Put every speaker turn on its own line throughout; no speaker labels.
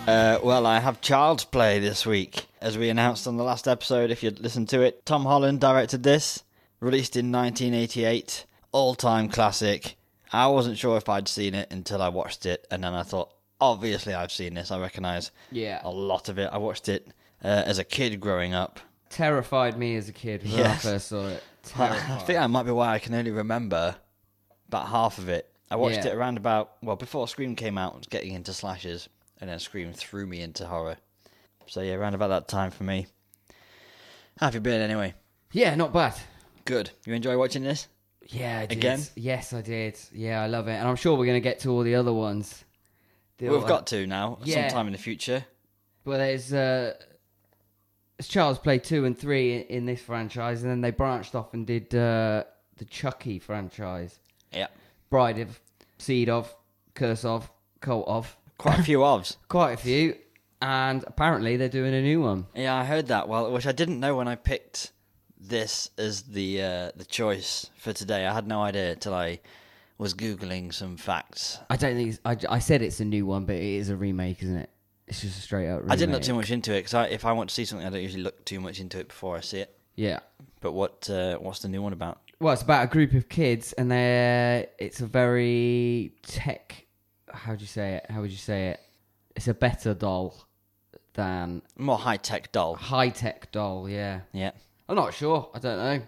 Uh, well, I have Child's Play this week. As we announced on the last episode, if you listened to it, Tom Holland directed this, released in 1988, all time classic. I wasn't sure if I'd seen it until I watched it, and then I thought, obviously, I've seen this. I recognize
Yeah.
a lot of it. I watched it uh, as a kid growing up.
Terrified me as a kid when
Yes.
I first saw it.
I think that might be why I can only remember about half of it. I watched
Yeah.
it around about well before Scream came out, I was getting into slashes, and then Scream threw me into horror. So yeah, around about that time for me. How have you been anyway?
Yeah, not bad.
Good. You enjoy watching this?
Yeah, I did.
Again?
Yes, I did. Yeah, I love it, and I'm sure we're gonna get to all the other ones. The
We've
other-
got to now.
Yeah.
Sometime in the future.
Well, there's uh, it's Child's Play two and three in, in this franchise, and then they branched off and did uh, the Chucky franchise,
Yeah.
Bride of, Seed of, Curse of, Cult of.
Quite a few ofs.
quite a few, and apparently they're doing a new one.
Yeah, I heard that. Well, which I didn't know when I picked this as the uh, the choice for today. I had no idea till I was googling some facts
I don't think it's, I, I said it's a new one, but it is a remake, isn't it? It's just a straight out. Remake.
I didn't look too much into it because I, if I want to see something, I don't usually look too much into it before I see it.
Yeah.
But what uh, what's the new one about?
Well, it's about a group of kids, and they're it's a very tech. How do you say it? How would you say it? It's a better doll than
More high tech doll.
high tech doll. Yeah,
Yeah.
I'm not sure. I don't know.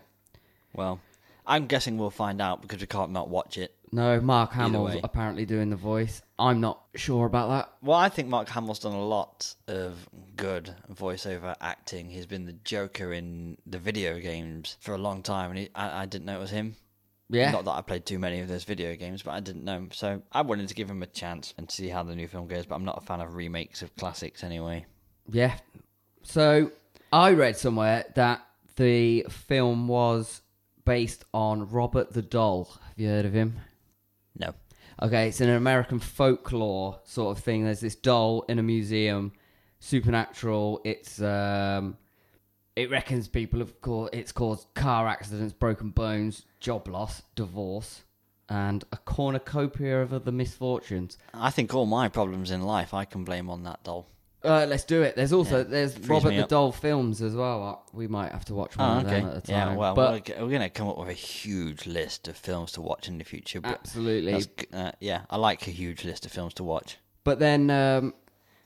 Well, I'm guessing we'll find out because we can't not watch it.
No, Mark Hamill's
way.
apparently doing the voice. I'm not sure about that.
Well, I think Mark Hamill's done a lot of good voiceover acting. He's been the Joker in the video games for a long time, and he, I, I didn't know it was him.
Yeah,
Not that I played too many of those video games, but I didn't know. So I wanted to give him a chance and see how the new film goes. But I'm not a fan of remakes of classics anyway.
Yeah. So I read somewhere that the film was based on Robert the Doll. Have you heard of him?
No.
Okay, it's an American folklore sort of thing. There's this doll in a museum, supernatural. It's um, it reckons people have caused it's caused car accidents, broken bones, job loss, divorce, and a cornucopia of other misfortunes.
I think all my problems in life I can blame on that doll.
Uh, let's do it. There's also
Yeah,
there's
frees
Robert
me
the
up.
Doll films as well. Uh, We might have to watch one
Oh,
of
okay.
them at a time.
Yeah, well,
but
we're, g- we're going to come up with a huge list of films to watch in the future. But
absolutely.
that's g- uh, yeah, I like a huge list of films to watch.
But then, um,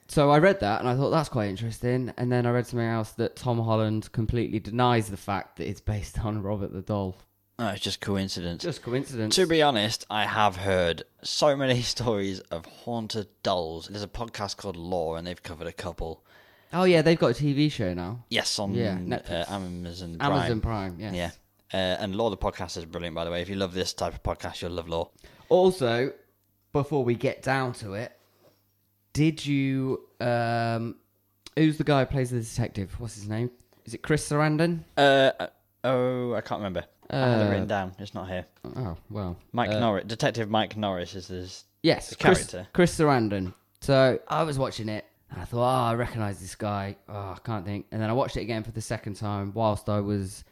so I read that and I thought that's quite interesting. And then I read something else that Tom Holland completely denies the fact that it's based on Robert the Doll.
No, Uh, it's just coincidence.
Just coincidence.
to be honest, I have heard so many stories of haunted dolls. There's a podcast called Law, and they've covered a couple.
oh yeah, they've got a TV show now.
Yes, on
Yeah,
uh,
Netflix.
Amazon Prime.
Amazon Prime. Yes.
Yeah. Uh, and Law the podcast is brilliant, by the way. If you love this type of podcast, you'll love Law.
Also, before we get down to it, did you? Um, who's the guy who plays the detective? What's his name? Is it Chris Sarandon?
Uh, uh, oh, I can't remember. I had it
Uh,
written down. It's not here.
Oh well,
Mike
Uh,
Norris, Detective Mike Norris is this.
Yes,
the
Chris,
character.
Chris Sarandon. So I was watching it, and I thought, oh, I recognise this guy. Oh, I can't think. And then I watched it again for the second time whilst I was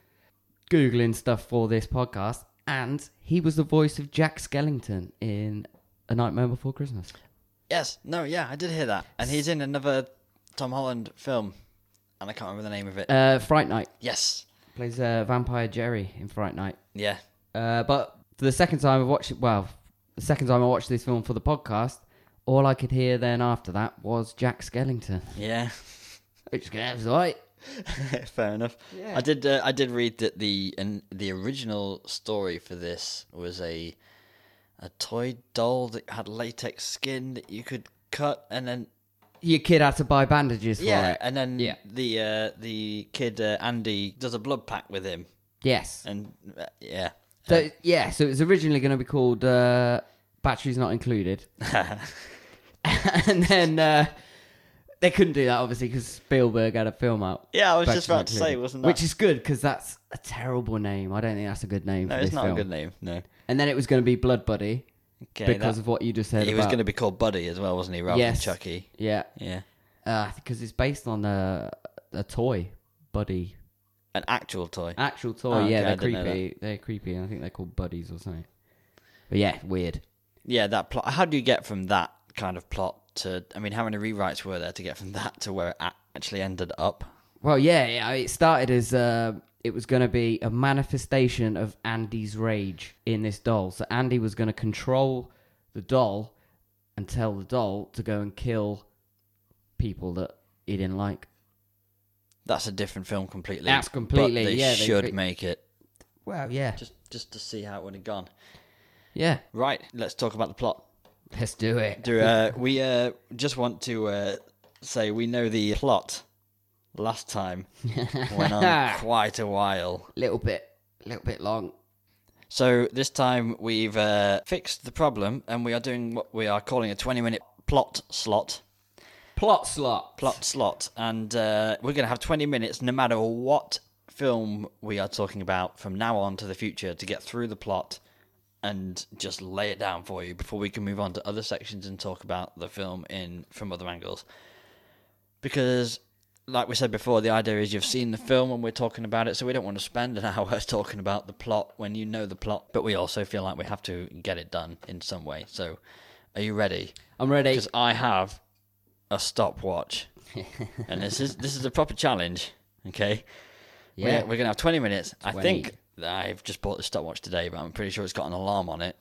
googling stuff for this podcast, and he was the voice of Jack Skellington in A Nightmare Before Christmas.
Yes, no, yeah, I did hear that, and he's in another Tom Holland film, and I can't remember the name of it.
Uh, Fright Night
yes,
plays uh, Vampire Jerry in Fright Night.
yeah,
Uh, but for the second time I watched it, well, the second time I watched this film for the podcast, all I could hear then after that was Jack Skellington,
yeah.
which is right.
Fair enough.
Yeah.
I did. Uh, I did read that the and the original story for this was a a toy doll that had latex skin that you could cut and then
Your kid had to buy bandages for
yeah
it.
and then
Yeah.
the uh, the kid uh, Andy does a blood pact with him
yes.
and uh, yeah
So, yeah, so it was originally going to be called uh, Batteries Not Included. and then uh, they couldn't do that, obviously, because Spielberg had a film out.
yeah I was just
Batteries Not
about to say
Included.
wasn't that
Which is good, because that's a terrible name. I don't think that's a good name
no
for
it's
this
not
film.
a good name no
And then it was going to be Blood Buddy,
okay
because
that-
of what you just said
he
about...
was going to be called Buddy as well wasn't he rather
Yes.
than Chucky
Yeah,
yeah
because it's based on a, a toy, Buddy.
an actual toy
Actual toy,
Oh, okay,
yeah,
I
they're
didn't know
creepy. They're creepy, and I think they're called buddies or something. But yeah, weird.
yeah that plot how do you get from that kind of plot to I mean how many rewrites were there to get from that to where it a- actually ended up
Well, yeah, yeah, it started as uh, it was going to be a manifestation of Andy's rage in this doll. So Andy was going to control the doll and tell the doll to go and kill people that he didn't like.
that's a different film completely
That's
but
completely-
they
yeah, they
should
cre-
make it
Well, yeah,
just just to see how it would have gone.
yeah.
Right, let's talk about the plot.
Let's do it.
Do uh, we uh, just want to uh, say we know the plot last time went on quite a while.
Little bit, little bit long.
So this time we've uh, fixed the problem and we are doing what we are calling a 20 minute plot slot.
Plot slot.
Plot slot. And uh, we're going to have 20 minutes no matter what film we are talking about from now on to the future to get through the plot and just lay it down for you before we can move on to other sections and talk about the film in from other angles. Because like we said before, the idea is you've seen the film and we're talking about it, so we don't want to spend an hour talking about the plot when you know the plot, but we also feel like we have to get it done in some way. So are you ready?
I'm ready.
Because I have a stopwatch. and this is this is a proper challenge, okay?
Yeah.
We're, we're gonna have twenty minutes. I
20.
think that I've just bought the stopwatch today, but I'm pretty sure it's got an alarm on it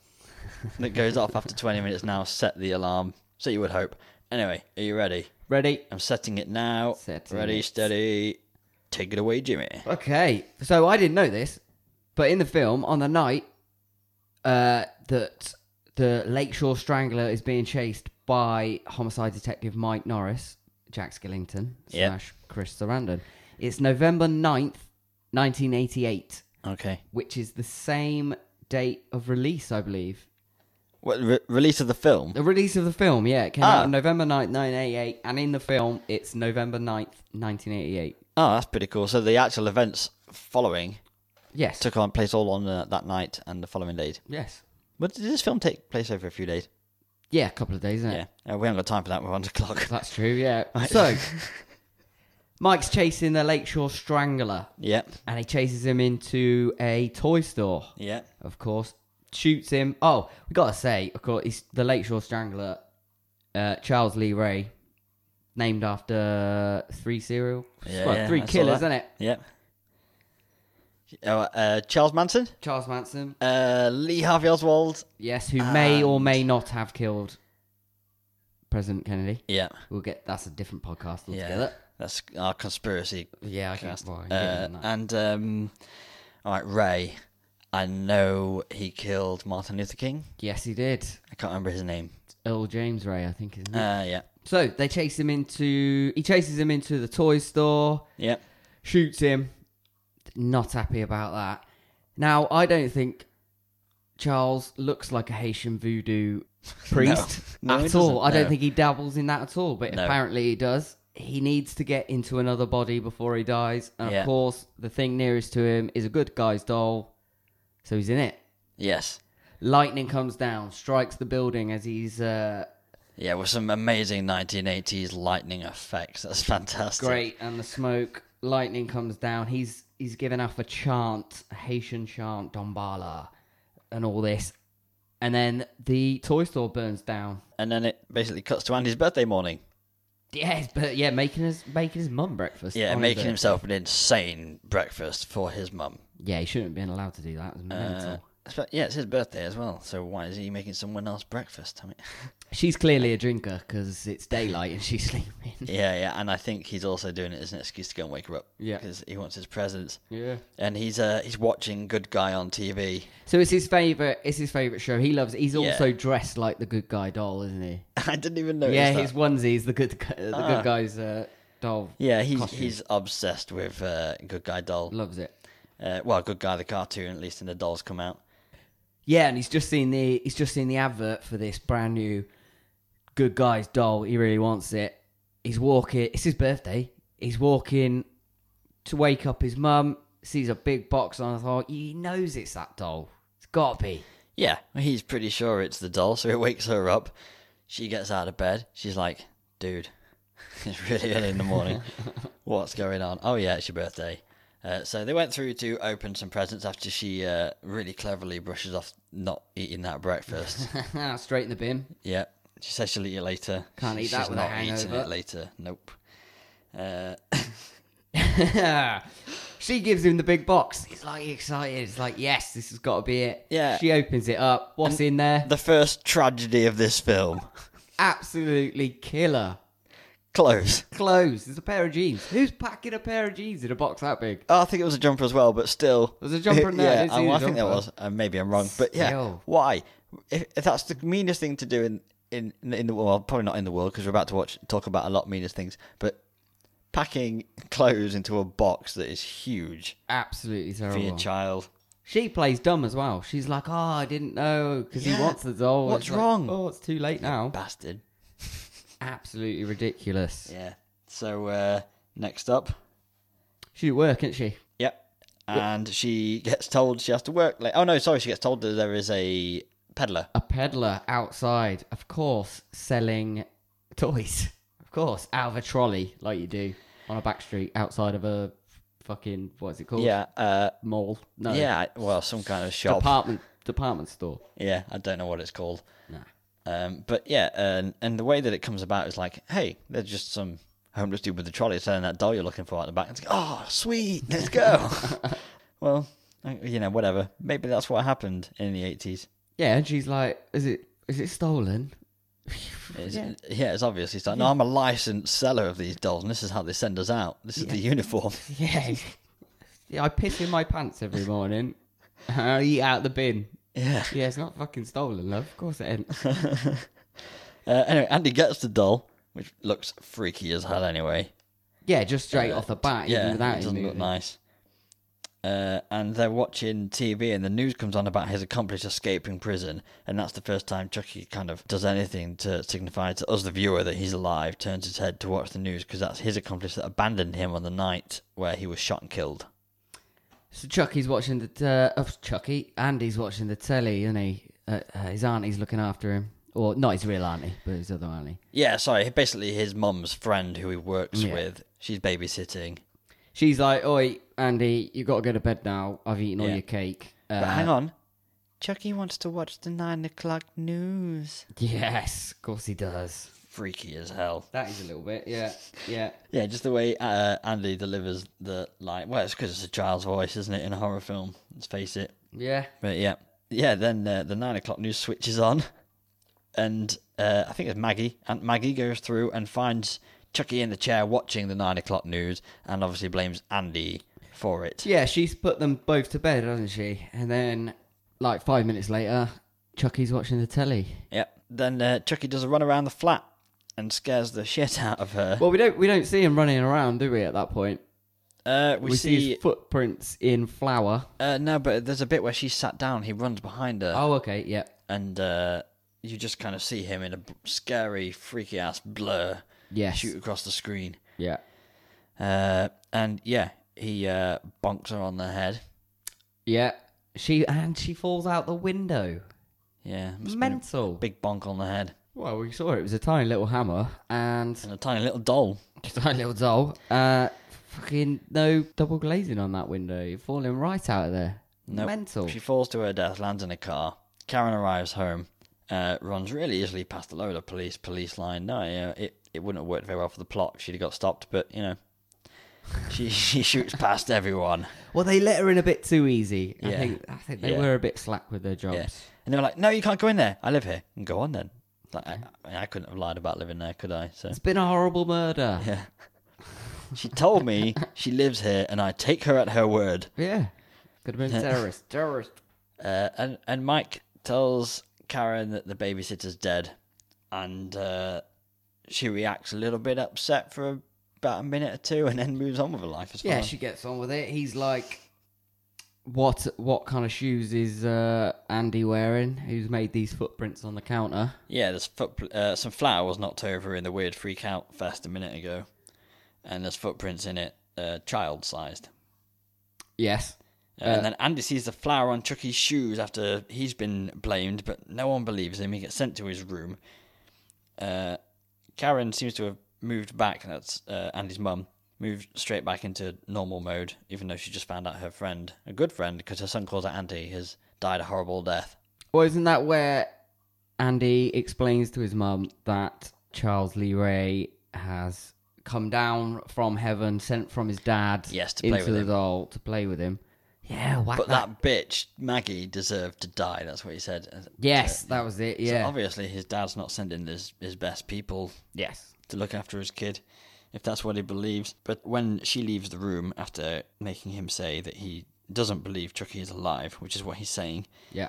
that goes off after 20 minutes now. Set the alarm. So you would hope. Anyway, are you ready?
Ready?
I'm setting it now.
Setting
ready,
it.
steady. Take it away, Jimmy.
Okay, so I didn't know this, but in the film, on the night uh, that the Lakeshore Strangler is being chased by homicide detective Mike Norris, Jack Skillington
Yep.
slash Chris Sarandon, it's November 9th, 1988,
Okay.
which is the same date of release, I believe.
What re- release of the film?
The release of the film, yeah, it came
Ah.
out on November 9th, 1988, and in the film, it's November 9th, 1988.
Oh, that's pretty cool. So the actual events following
Yes.
took on place all on uh, that night and the following days.
yes.
But did this film take place over a few days?
Yeah, a couple of days, isn't it?
Yeah. Uh, we haven't got time for that. We're on the clock.
That's true, yeah. So, Mike's chasing the Lakeshore Strangler,
yep.
and he chases him into a toy store,
Yep.
of course. Shoots him. Oh, we gotta say, of course, he's the Lakeshore Strangler, uh, Charles Lee Ray, named after three serial,
Yeah,
well,
yeah,
three
I saw
killers,
that.
isn't it?
Yep. Uh, uh, Charles Manson,
Charles Manson,
uh, Lee Harvey Oswald.
yes, who may or
And-
may not have killed President Kennedy.
Yeah,
We'll get that's a different podcast
yeah,
altogether.
that's our conspiracy
Yeah, I guess.
cast.
Well,
Uh, and um, all right, Ray. I know he killed Martin Luther King.
yes, he did.
I can't remember his name.
Earl James Ray, I think, isn't it?
Uh, yeah,
So they chase him into. He chases him into the toy store,
yeah.
shoots him. Not happy about that. Now I don't think Charles looks like a Haitian voodoo priest
No, he
at
doesn't,
all. I don't
no.
think he dabbles in that at all. But
No.
apparently he does. He needs to get into another body before he dies, and
Yeah.
of course the thing nearest to him is a good guy's doll, so he's in it.
Yes,
Lightning comes down, strikes the building as he's uh,
yeah. With some amazing 1980s lightning effects. That's fantastic.
great and the smoke lightning comes down he's he's given off a chant a haitian chant dombala and all this and then the toy store burns down
And then it basically cuts to Andy's birthday morning.
yes but yeah making his making his mum breakfast
Yeah,
on his
making
birthday.
himself an insane breakfast for his mum. Uh,
yeah he shouldn't have been allowed to do that it was mental
I spe- Yeah, it's his birthday as well, so why is he making someone else breakfast? I mean,
She's clearly a drinker because it's daylight and she's sleeping.
yeah, yeah, and I think he's also doing it as an excuse to go and wake her up.
Yeah.
because he wants his presents,
Yeah.
and he's uh he's watching Good Guy on TV.
So it's his favorite. It's his favorite show. He loves. It. He's
Yeah.
also dressed like the good guy doll, isn't he?
I didn't even notice.
yeah,
Oh, that.
his onesie is the good gu- the
Ah.
good guy's uh, doll.
yeah, he's
costume.
he's obsessed with uh, Good Guy doll.
loves it.
Uh, well, Good Guy the cartoon, at least, and the dolls come out.
Yeah, and he's just seen the he's just seen the advert for this brand new good guy's doll. He really wants it. He's walking. It's his birthday. He's walking to wake up his mum. Sees a big box on his heart. He knows it's that doll. It's got to be.
Yeah, he's pretty sure it's the doll, so he wakes her up. She gets out of bed. She's like, dude, it's really early in the morning. What's going on? Oh, yeah, it's your birthday. Uh, so they went through to open some presents after she uh, really cleverly brushes off not eating that breakfast.
Straight in the bin.
yeah, she says she'll eat it later.
Can't
She-
eat that
She's
with a
not eating
hangover.
it later. Nope. Uh,
she gives him the big box. He's like excited. It's like, yes, this has got to be it.
Yeah.
She opens it up. What's in there?
the first tragedy of this film.
Absolutely killer
Close.
clothes. There's a pair of jeans. Who's packing a pair of jeans in a box that big?
Oh, I think it was a jumper as well, but still.
Was there a jumper in there? I
Yeah,
didn't see
I,
the
I think there
jumper.
was. Uh, maybe I'm wrong, but yeah.
Still.
Why? If, if that's the meanest thing to do in in in the world, probably not in the world because we're about to watch talk about a lot meanest things, but packing clothes into a box that is huge
Absolutely
for your
terrible.
child.
she plays dumb as well. She's like, oh, I didn't know because
Yeah.
he wants the doll.
What's
It's like,
wrong?
oh, it's too late now.
Bastard.
Absolutely ridiculous.
Yeah. So uh, next up,
She's at work, isn't she?
yep. And she gets told she has to work late. Oh no, sorry, she gets told that there is a peddler.
A peddler outside, of course, selling toys. Of course, out of a trolley, like you do on a back street outside of a fucking what is it called?
Yeah. Uh,
mall. No,
yeah. Well, some kind of shop.
department department store.
Yeah, I don't know what it's called.
Nah.
Um, but yeah, and and the way that it comes about is like, hey, there's just some homeless dude with a trolley selling that doll you're looking for at the back. And it's like, oh, sweet, let's go. well, you know, whatever. Maybe that's what happened in the 80s.
Yeah, and she's like, "Is it is it stolen?"
It's, yeah.
Yeah.
it's obvious. It's like, no, I'm a licensed seller of these dolls, and this is how they send us out. This is the uniform.
Yeah. yeah, I piss in my pants every morning. and I eat out the bin.
yeah.
Yeah, it's not fucking stolen, love. Of course it ain't.
Uh, anyway, Andy gets the doll, which looks freaky as hell anyway.
Yeah, just straight off the bat, even
Yeah,
without
it
him
doesn't look
moving.
nice. Uh, and they're watching TV, and the news comes on about his accomplice escaping prison, and that's the first time Chucky kind of does anything to signify to us, the viewer, that he's alive. Turns his head to watch the news because that's his accomplice that abandoned him on the night where he was shot and killed.
So Chucky's watching the t- uh, oh, Chucky. Andy's watching the telly, isn't he? Uh, uh, his auntie's looking after him, or not his real auntie, but his other auntie.
Yeah, sorry. Basically, his mum's friend who he works
Yeah.
with, she's babysitting.
She's like, "Oi, Andy, you got to go to bed now. I've eaten
Yeah.
all your cake."
But
Uh,
hang on, Chucky wants to watch the nine o'clock news.
Yes, of course he does.
Freaky as hell.
That is a little bit, yeah, yeah.
Yeah, just the way uh, Andy delivers the line. Well, it's because it's a child's voice, isn't it, in a horror film? Let's face it.
Yeah.
But yeah, yeah. Then uh, the nine o'clock news switches on, and uh, I think it's Maggie. Aunt Maggie goes through and finds Chucky in the chair watching the nine o'clock news, and obviously blames Andy for it.
Yeah, she's put them both to bed, hasn't she? And then, like, five minutes later, Chucky's watching the telly.
Yeah. Then uh, Chucky does a run around the flat and scares the shit out of her.
Well, we don't we don't see him running around, do we, at that point?
Uh,
We,
we,
see,
see.
his footprints in flour.
uh, no, but there's a bit where she's sat down. He runs behind her.
Oh, okay, yeah.
and uh, you just kind of see him in a b- scary, freaky ass blur
Yes.
shoot across the screen.
Yeah.
Uh, and yeah, he uh, bonks her on the head.
Yeah. She and she falls out the window.
Yeah, must have been
Mental.
a big bonk on the head,
Well, we saw it. It was a tiny little hammer and
and a tiny little doll.
a tiny little doll. Uh, fucking no double glazing on that window. You're falling right out of there.
Nope.
Mental.
She falls to her death, lands in a car. Karen arrives home, uh, runs really easily past a load of police, police line. No, you know, it it wouldn't have worked very well for the plot. if She'd have got stopped, but you know, She she shoots past everyone.
Well, they let her in a bit too easy. I
Yeah.
think I think they
Yeah.
were a bit slack with their jobs.
Yeah. And they were like, "No, you can't go in there. I live here." And go on then. Like, I, I mean, I couldn't have lied about living there, could I? So
It's been a horrible murder.
yeah. She told me she lives here, and I take her at her word.
Yeah. Could have been terrorist. Terrorist.
Uh, and and Mike tells Karen that the babysitter's dead, and uh, she reacts a little bit upset for about a minute or two, and then moves on with her life as well.
Yeah, she gets on with it. He's like, "What? What kind of shoes is uh, Andy wearing? Who's made these footprints on the counter?"
Yeah, there's foot, uh, some flour was knocked over in the weird freak out fest a minute ago, and there's footprints in it, uh, child sized.
Yes.
and then Andy sees the flour on Chucky's shoes after he's been blamed, but no one believes him. He gets sent to his room. Uh, Karen seems to have moved back, and that's uh, Andy's mum, moved straight back into normal mode, even though she just found out her friend, a good friend, because her son calls her Andy, has died a horrible death.
Well, isn't that where Andy explains to his mum that Charles Lee Ray has come down from heaven, sent from his dad,
Yes, to play
into
with
the
him.
doll to play with him? Yeah, whack
But
that.
that bitch, Maggie, deserved to die. That's what he said.
Yes, that was it.
So
Yeah.
obviously, his dad's not sending his, his best people
yes.
to look after his kid, if that's what he believes. But when she leaves the room after making him say that he doesn't believe Chucky is alive, which is what he's saying,
Yeah.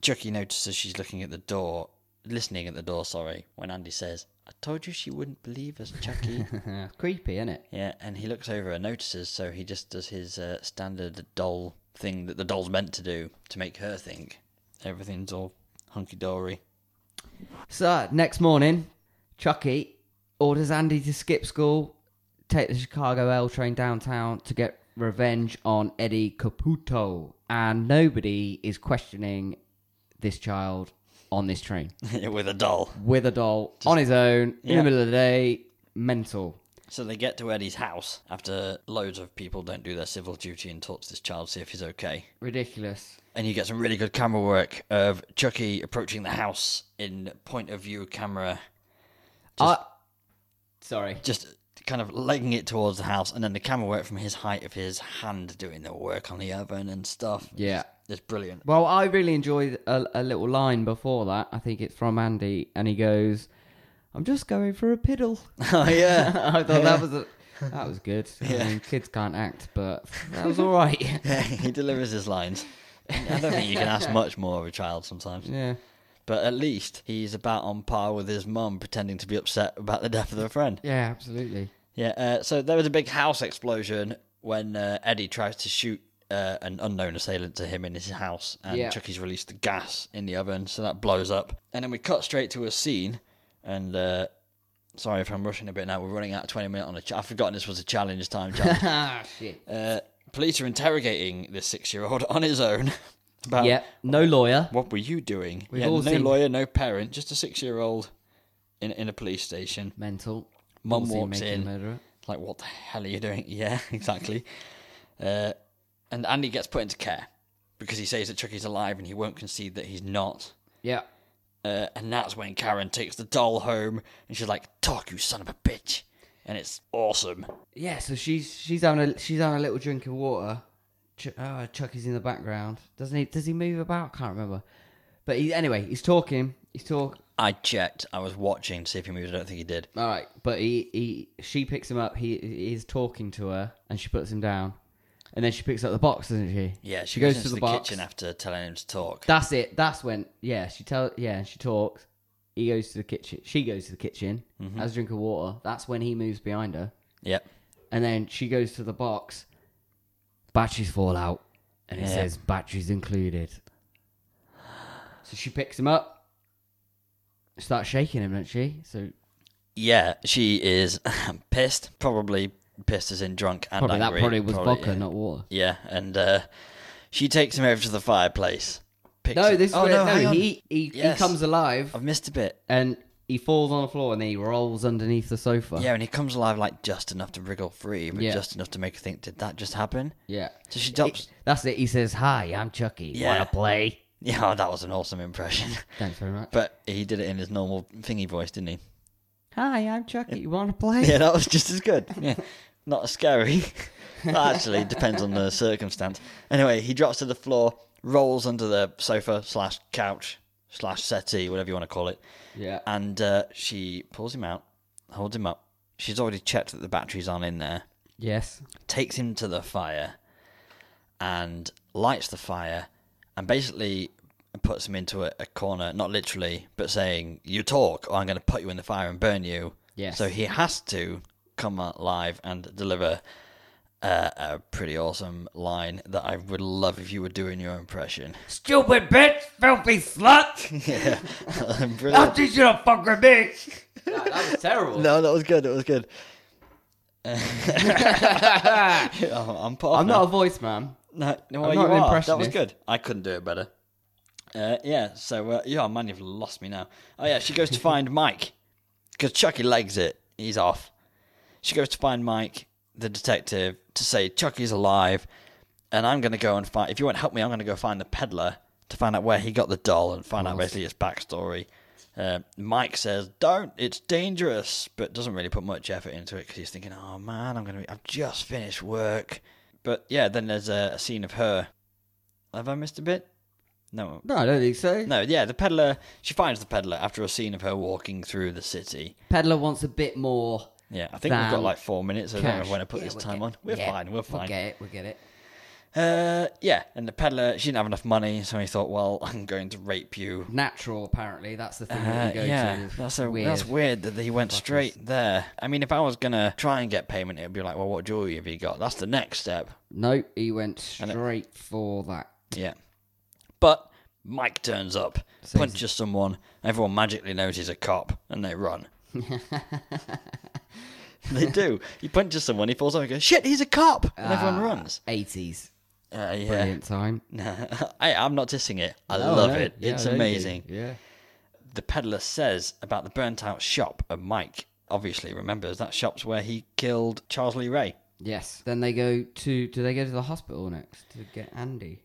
Chucky notices she's looking at the door, listening at the door, sorry, when Andy says, I told you she wouldn't believe us, Chucky.
Creepy, isn't it?
yeah, and he looks over and notices, so he just does his uh, standard doll thing that the doll's meant to do to make her think everything's all hunky dory.
So next morning, Chucky orders Andy to skip school, take the Chicago L train downtown to get revenge on Eddie Caputo, and nobody is questioning this child on this train
with a doll.
with a doll on his own in
Yeah.
the middle of the day, mental.
So they get to Eddie's house after loads of people don't do their civil duty and talk to this child, see if he's okay.
Ridiculous.
And you get some really good camera work of Chucky approaching the house in point of view camera,
I- Sorry.
just kind of legging it towards the house, and then the camera work from his height of his hand doing the work on the oven and stuff.
Yeah.
It's brilliant.
Well, I really enjoyed a, a little line before that. I think it's from Andy, and he goes, "I'm just going for a piddle."
oh, yeah.
I thought that was a, that was good. I mean, kids can't act, but that was all right.
he delivers his lines. I don't think you can ask much more of a child sometimes.
yeah.
But at least he's about on par with his mum pretending to be upset about the death of a friend.
Yeah, absolutely.
Yeah, uh, so there was a big house explosion when uh, Eddie tries to shoot uh, an unknown assailant to him in his house, and
Yeah.
Chucky's released the gas in the oven, so that blows up. And then we cut straight to a scene, and uh, sorry if I'm rushing a bit now, we're running out of 20 minutes on a. Ch- I've forgotten this was a challenge time challenge.
Ah, shit.
uh, police are interrogating this six year old on his own about
yeah, no lawyer.
what were you doing?
We've
yeah,
all
no
seen-
lawyer, no parent, just a six year old in, in a police station.
Mental.
Mum
Obviously
walks
making
in.
murderer.
It's like, what the hell are you doing? Yeah, exactly. uh, and Andy gets put into care because he says that Chucky's alive and he won't concede that he's not.
Yeah.
Uh, and that's when Karen takes the doll home and she's like, talk, you son of a bitch. And it's awesome.
Yeah. So she's she's having a she's having a little drink of water. Ch- oh, Chucky's in the background. Doesn't he? Does he move about? Can't remember. But he, anyway, he's talking. He's talk.
I checked. I was watching to see if he moved. I don't think he did.
All right, but he, he she picks him up. He, he is talking to her, and she puts him down, and then she picks up the box, doesn't she?
Yeah,
she, goes, to the, box.
kitchen after telling him to talk.
That's it. That's when yeah, she tell yeah, and she talks. He goes to the kitchen. She goes to the kitchen,
Mm-hmm.
has a drink of water. That's when he moves behind her,
yep.
and then she goes to the box. Batteries fall out, and it
Yeah.
says batteries included. So she picks him up, starts shaking him, doesn't she? So
Yeah, she is pissed. Probably pissed as in drunk and
probably that
angry.
probably was vodka,
yeah.
not water.
Yeah, and uh, she takes him over to the fireplace. Picks
No,
him-
this is
oh,
where,
no,
no,
hang on.
he, he,
Yes.
he comes alive
I've missed a bit.
and he falls on the floor and then he rolls underneath the sofa.
Yeah, and he comes alive like just enough to wriggle free, but
Yeah.
just enough to make her think, did that just happen?
Yeah.
So she dumps.
That's it. He says, Hi, I'm Chucky.
Yeah.
Wanna play?
Yeah, oh, that was an awesome impression.
Thanks very much.
but he did it in his normal thingy voice, didn't he?
Hi, I'm Chucky. You wanna play?
Yeah, that was just as good. Yeah. Not as scary. that actually depends on the circumstance. Anyway, he drops to the floor, rolls under the sofa slash couch slash settee, whatever you want to call it,
Yeah.
and uh, she pulls him out, holds him up. She's already checked that the batteries aren't in there.
Yes.
takes him to the fire and lights the fire and basically puts him into a, a corner, not literally, but saying, You talk, or I'm going to put you in the fire and burn you.
Yes.
So he has to come out live and deliver uh, a pretty awesome line that I would love if you were doing your impression.
Stupid bitch, filthy slut.
yeah.
I'll
Brilliant.
teach you to fuck with me. That, was terrible.
No, that was good. That was good. Oh, I'm, put off
I'm
now.
not a voice man.
No, no
I'm not
well, you
an
are. That was
impressionist.
good. I couldn't do it better. Uh, yeah, so, uh, yeah, man, you've lost me now. Oh, yeah, she goes to find Mike because Chucky legs it. He's off. She goes to find Mike, the detective, to say Chucky's alive and I'm going to go and find. If you won't help me, I'm going to go find the peddler to find out where he got the doll and find out basically his backstory. Uh, Mike says, "Don't, it's dangerous," but doesn't really put much effort into it because he's thinking, "Oh man, I'm going to. I've just finished work." But yeah, then there's a, a scene of her. Have I missed a bit? No,
No, I don't think so.
no. Yeah, the peddler. She finds the peddler after a scene of her walking through the city.
Peddler wants a bit more
Yeah, I think we've got
Damn.
like four minutes. I don't
cash.
know when I put
Yeah,
this
we'll
time
get-
on. We're
yeah,
fine. We're
We'll
fine.
get it. We'll get it.
Uh, yeah, and the peddler, she didn't have enough money, so he thought, well, I'm going to rape you.
Natural, apparently. That's the thing that
Uh,
you go
yeah,
to.
that's, a, that's weird that he went straight there. I mean, if I was going to try and get payment, it would be like, well, what jewelry have you got? That's the next step.
Nope, he went
And it-
straight for that.
Yeah. But Mike turns up,
So he's-
punches someone, everyone magically knows he's a cop, and they run. they do. He punches someone, he falls over and goes, shit, he's a cop! And everyone
Ah,
runs.
80s.
Uh, yeah.
Brilliant time.
I, I'm not dissing it. I
Oh,
love
no,
it.
yeah,
it's
I know you do,
amazing.
Yeah.
the peddler says about the burnt out shop and Mike obviously remembers that shop's where he killed Charles Lee Ray.
Yes. Then they go to. Do they go to the hospital next to get Andy?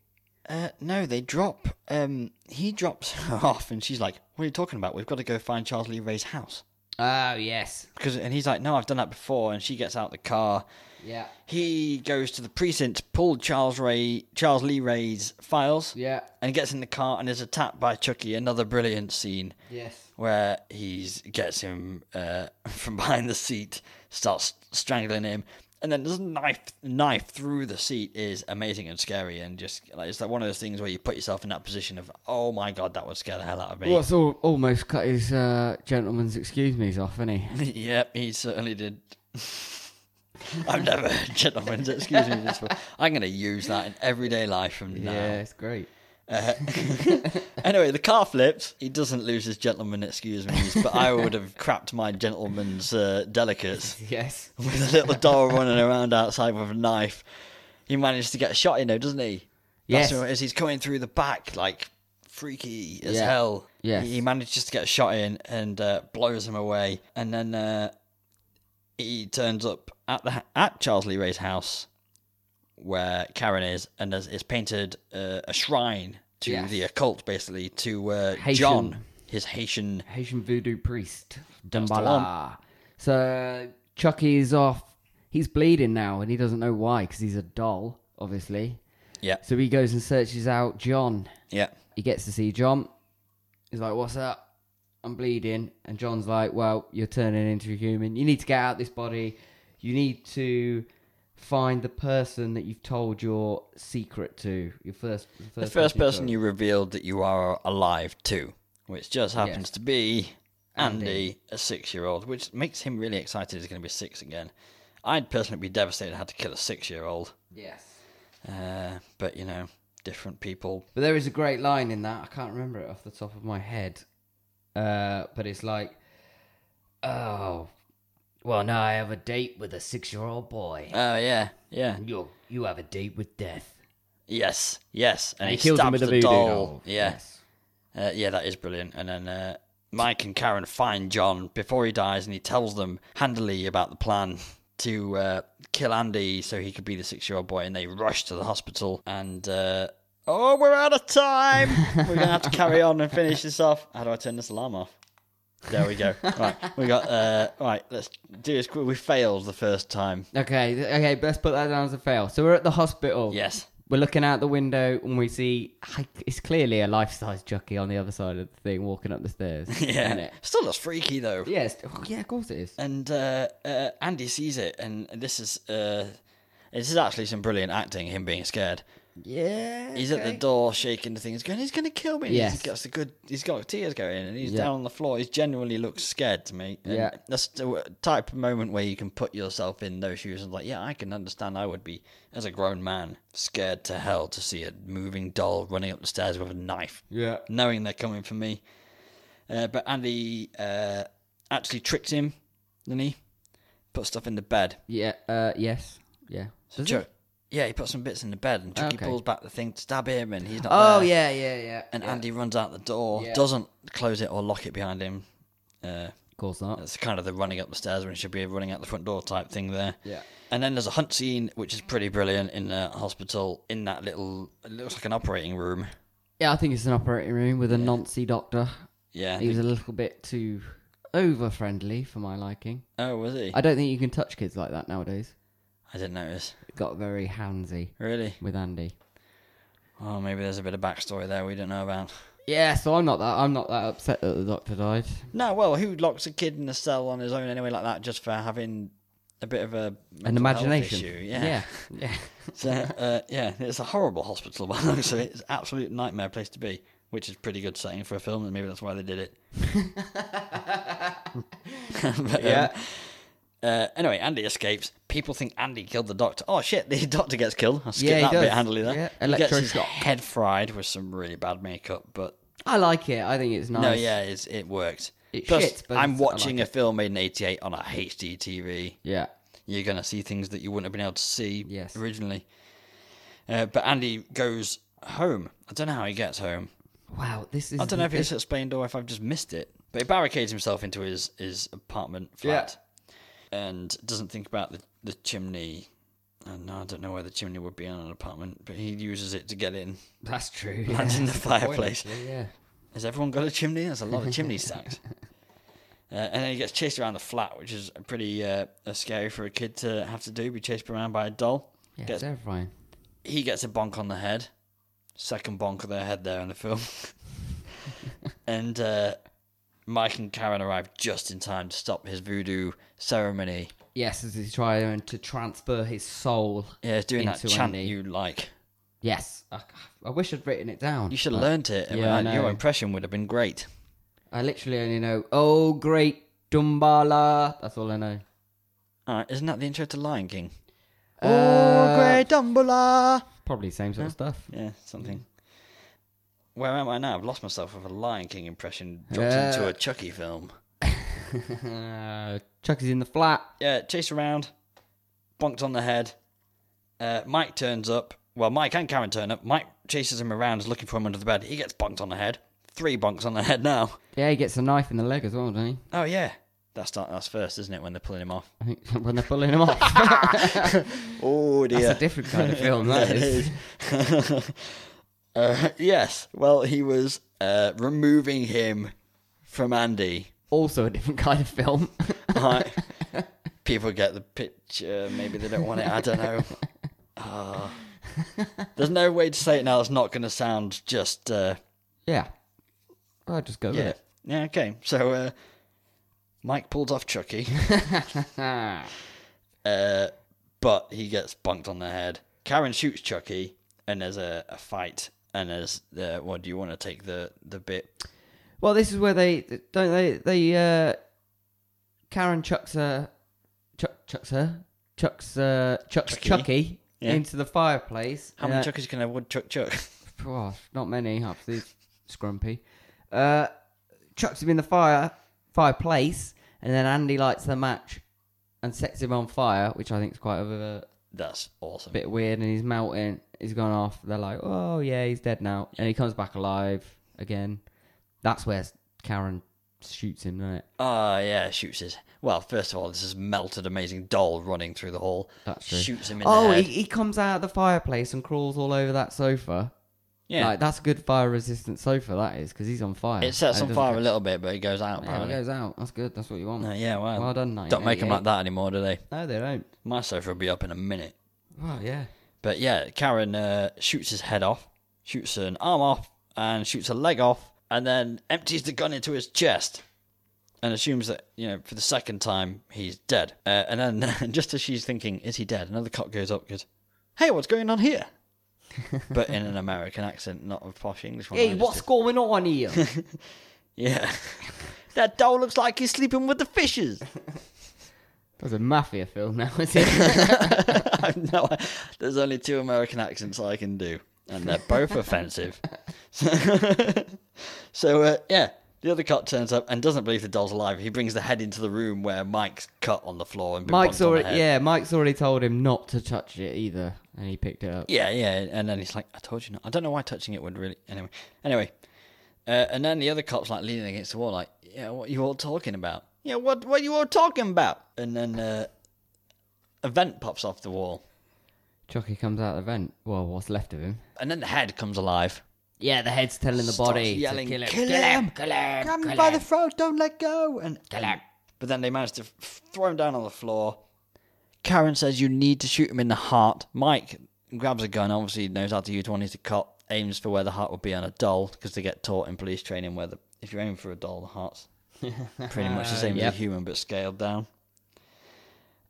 Uh, no, they drop. Um, he drops her off, and she's like, "What are you talking about? We've got to go find Charles Lee Ray's house."
Oh yes.
Because, and he's like, "No, I've done that before." And she gets out the car.
Yeah.
He goes to the precinct, pulled Charles Ray, Charles Lee Ray's files,
Yeah.
and gets in the car and is attacked by Chucky. Another brilliant scene.
Yes.
where he gets him uh, from behind the seat, starts strangling him, and then this knife knife through the seat is amazing and scary, and just like it's like one of those things where you put yourself in that position of oh my god, that would scare the hell out of me.
Well, it's all, almost cut his uh, gentleman's excuse me's off, isn't he?
yep, he certainly did. I've never gentlemen, excuse me. This one. I'm going to use that in everyday life from now.
Yeah, it's great.
Anyway, the car flips. He doesn't lose his gentleman excuse me's, but I would have crapped my gentleman's uh, delicates.
Yes.
with a little doll running around outside with a knife. He manages to get a shot in though, doesn't he?
Yes.
That's what it is. He's coming through the back like freaky as
Yeah.
hell.
Yes.
He, he manages to get a shot in and uh, blows him away. And then uh, he turns up at the at Charles Lee Ray's house where Karen is, and there's, it's painted uh, a shrine to
Yes.
the occult, basically to uh,
Haitian.
John, his Haitian.
Haitian voodoo priest.
the
Dumbala. So Chucky's off. He's bleeding now, and he doesn't know why because he's a doll, obviously.
Yeah,
So he goes and searches out John.
yeah,
He gets to see John. He's like, "What's up? I'm bleeding." And John's like, "Well, you're turning into a human. You need to get out of this body. You need to find the person that you've told your secret to. Your first, the first,
the first person
told."
you revealed that you are alive to, which just happens
Yes.
to be Andy,
Andy.
a six-year-old, which makes him really excited. He's going to be six again. I'd personally be devastated I had to kill a six-year-old,
Yes.
uh, but you know, different people.
But there is a great line in that. I can't remember it off the top of my head. Uh, but it's like, oh, well, now I have a date with a six-year-old boy.
Oh yeah, yeah,
You you have a date with death.
yes, yes, and,
And
he,
he kills
stabs
him with a
the
voodoo
doll.
doll.
Yeah, Uh, yeah, that is brilliant. And then uh, Mike and Karen find John before he dies, and he tells them handily about the plan to uh, kill Andy so he could be the six-year-old boy. And they rush to the hospital. And uh, oh, we're out of time. we're gonna have to carry on and finish this off. How do I turn this alarm off? There we go. right, we got. Uh, right, let's do this. quick. We failed the first time.
Okay, th- okay, but let's put that down as a fail. So we're at the hospital.
Yes.
We're looking out the window and we see hi- it's clearly a life-size jockey on the other side of the thing walking up the stairs.
Yeah.
Isn't it?
Still looks freaky though.
Yeah, it's- oh, yeah, of course it is.
And uh, uh, Andy sees it, and this is uh, this is actually some brilliant acting. Him being scared.
Yeah.
He's at the door shaking the things, going, "He's going to kill me."
Yes.
He's got the good. He's got tears going, and he's
Yeah.
down on the floor. He genuinely looks scared to me. And
Yeah.
that's the type of moment where you can put yourself in those shoes and like, yeah, I can understand. I would be as a grown man scared to hell to see a moving doll running up the stairs with a knife,
Yeah.
knowing they're coming for me. Uh, but Andy uh, actually tricks him, didn't he? Put stuff in the bed.
Yeah. Uh, yes. Yeah. Does
Chuck- Yeah, he put some bits in the bed, and Chucky
Okay.
pulls back the thing to stab him, and he's not.
Oh
there.
yeah, yeah, yeah.
And Andy runs out the door,
Yeah.
doesn't close it or lock it behind him. Uh,
Of course not.
that's kind of the running up the stairs when he should be running out the front door type thing there.
Yeah.
And then there's a hunt scene, which is pretty brilliant in the hospital in that little. It looks like an operating room.
Yeah, I think it's an operating room with a Nancy doctor.
Yeah.
He was a little bit too over friendly for my liking.
oh, was he?
I
I,
don't think you can touch kids like that nowadays.
didn't notice.
It got very handsy
Really?
with Andy.
Oh, maybe there's a bit of backstory there we don't know about.
Yeah, so I'm not that I'm not that upset that the doctor died.
No, well, who locks a kid in a cell on his own anyway like that just for having a bit of a
An
mental health
imagination.
issue?
Yeah. Yeah.
So uh, yeah, it's a horrible hospital by the looks of it. It's an absolute nightmare place to be, which is pretty good setting for a film, and maybe that's why they did it. But, um,
Yeah.
uh, anyway, Andy escapes. People think Andy killed the doctor. Oh shit, the doctor gets killed. I skipped
Yeah, he
that bit
does.
handily there.
Yeah,
He gets his
electroshock.
head fried with some really bad makeup, but
I like it. I think it's nice.
no, yeah, it's, it worked.
It
Plus,
shits, but
I'm
it's- I
watching
like
a film made in '88 on a HD TV
Yeah.
you're going to see things that you wouldn't have been able to see
Yes.
originally. Uh, but Andy goes home. I don't know how he gets home.
Wow, this is
I don't know if
this-
it's explained or if I've just missed it. But he barricades himself into his, his apartment flat and doesn't think about the, the chimney. And no, I don't know where the chimney would be in an apartment, but he uses it to get in.
that's true.
Lands in the fireplace.
Yeah.
Has everyone got a chimney? There's a lot of chimney stacks. Uh, and then he gets chased around the flat, which is pretty uh, scary for a kid to have to do, be chased around by a doll.
Yeah,
Gets-
terrifying.
he gets a bonk on the head. Second bonk of their head there in the film. and uh, Mike and Karen arrive just in time to stop his voodoo ceremony.
Yes, as he's trying to transfer his soul.
Yeah, he's doing that
Into
chant
Andy.
you like.
Yes. I, I wish I'd written it down.
You should
I-
have learnt it. I mean,
yeah, I
like,
know.
Your impression would have been great.
I literally only know, oh, great Dumbala. That's all I know.
All right, isn't that the intro to Lion King? Oh,
Uh,
Dumbledore!
Probably same sort of stuff.
Yeah, something. Where am I now? I've lost myself with a Lion King impression dropped into
Yeah.
a Chucky film.
Uh, Chucky's in the flat.
yeah, chased around, bonked on the head. Uh, Mike turns up. Well, Mike and Karen turn up. Mike chases him around, is looking for him under the bed. He gets bonked on the head. Three bonks on the head now.
Yeah, he gets a knife in the leg as well, doesn't he?
Oh yeah, that's not, that's first, isn't it? When they're pulling him off.
I think when they're pulling him off. That's
Oh dear.
a different kind of film, that is.
uh, yes. Well, he was uh, removing him from Andy.
Also a different kind of film.
Right. People get the picture. Maybe they don't want it. I don't know. Ah. there's no way to say it now. It's not going to sound just. Uh,
yeah. I'll just go
yeah.
with it.
Yeah. Okay. So uh, Mike pulls off Chucky,
Ah.
uh, but he gets bunked on the head. Karen shoots Chucky, and there's a, a fight. And there's the. Well, do you want to take the the bit?
Well, this is where they don't they they uh Karen chucks her chuck, chucks her chucks uh chucks
Chucky.
Chucky,
Yeah.
into the fireplace.
How many
Uh,
Chuckies can a woodchuck chuck?
oh, not many. Absolutely scrumpy. Uh, chucks him in the fire fireplace, and then Andy lights the match and sets him on fire, which I think is quite a, a
That's awesome.
bit weird. And he's melting. He's gone off. They're like, oh yeah, he's dead now, and he comes back alive again. That's where Karen shoots him, isn't it?
Ah, yeah, shoots his. Well, first of all, this is melted amazing doll running through the hall.
That's true.
Shoots him in
Oh,
the
he,
head.
he comes out of the fireplace and crawls all over that sofa.
Yeah.
Like, that's a good fire resistant sofa, that is, because he's on fire.
it sets
And
on
doesn't
fire
catch-
a little bit, but it goes
Yeah, it
out. Apparently.
goes out. That's good. That's what you want.
No, yeah, well,
Well done,
Don't make
1988.
them like that anymore, do they?
No, they don't.
My sofa will be up in a minute.
Oh, yeah.
But yeah, Karen uh, shoots his head off, shoots an arm off, and shoots a leg off, and then empties the gun into his chest, and assumes that you know for the second time he's dead. Uh, and then just as she's thinking, "Is he dead?" another cop goes up, goes, "Hey, what's going on here?" but in an American accent, not a posh English one. I
Hey,
just
what's
did.
going on here?
yeah? that doll looks like he's sleeping with the fishes.
That's a mafia film now, is it?
I've no. There's only two American accents I can do, and they're both offensive. So, so, uh, yeah, the other cop turns up and doesn't believe the doll's alive. He brings the head into the room where Mike's cut on the floor and been
Mike's
bonked on the
already,
head.
yeah, Mike's already told him not to touch it either, and he picked it up.
yeah, yeah. And then he's like, "I told you not." I don't know why touching it would really. Anyway, anyway, uh, and then the other cop's like leaning against the wall, like, "Yeah, what you all talking about? Yeah, what what you all talking about?" And then uh, a vent pops off the wall,
Chucky comes out of the vent. Well, what's left of him?
and then the head comes alive.
Yeah, the head's telling the
starts
body. to
yelling,
kill him.
"Kill
Kill
him!
him! Kill him!
Grab me
kill
by
him."
the throat, don't let go. And
him.
But then they manage to f- throw him down on the floor. Karen says you need to shoot him in the heart. Mike grabs a gun, obviously knows how to use one. He's a cop, aims for where the heart would be on a doll because they get taught in police training where the, if you aim for a doll, the heart's pretty much the same
Yep.
as a human but scaled down.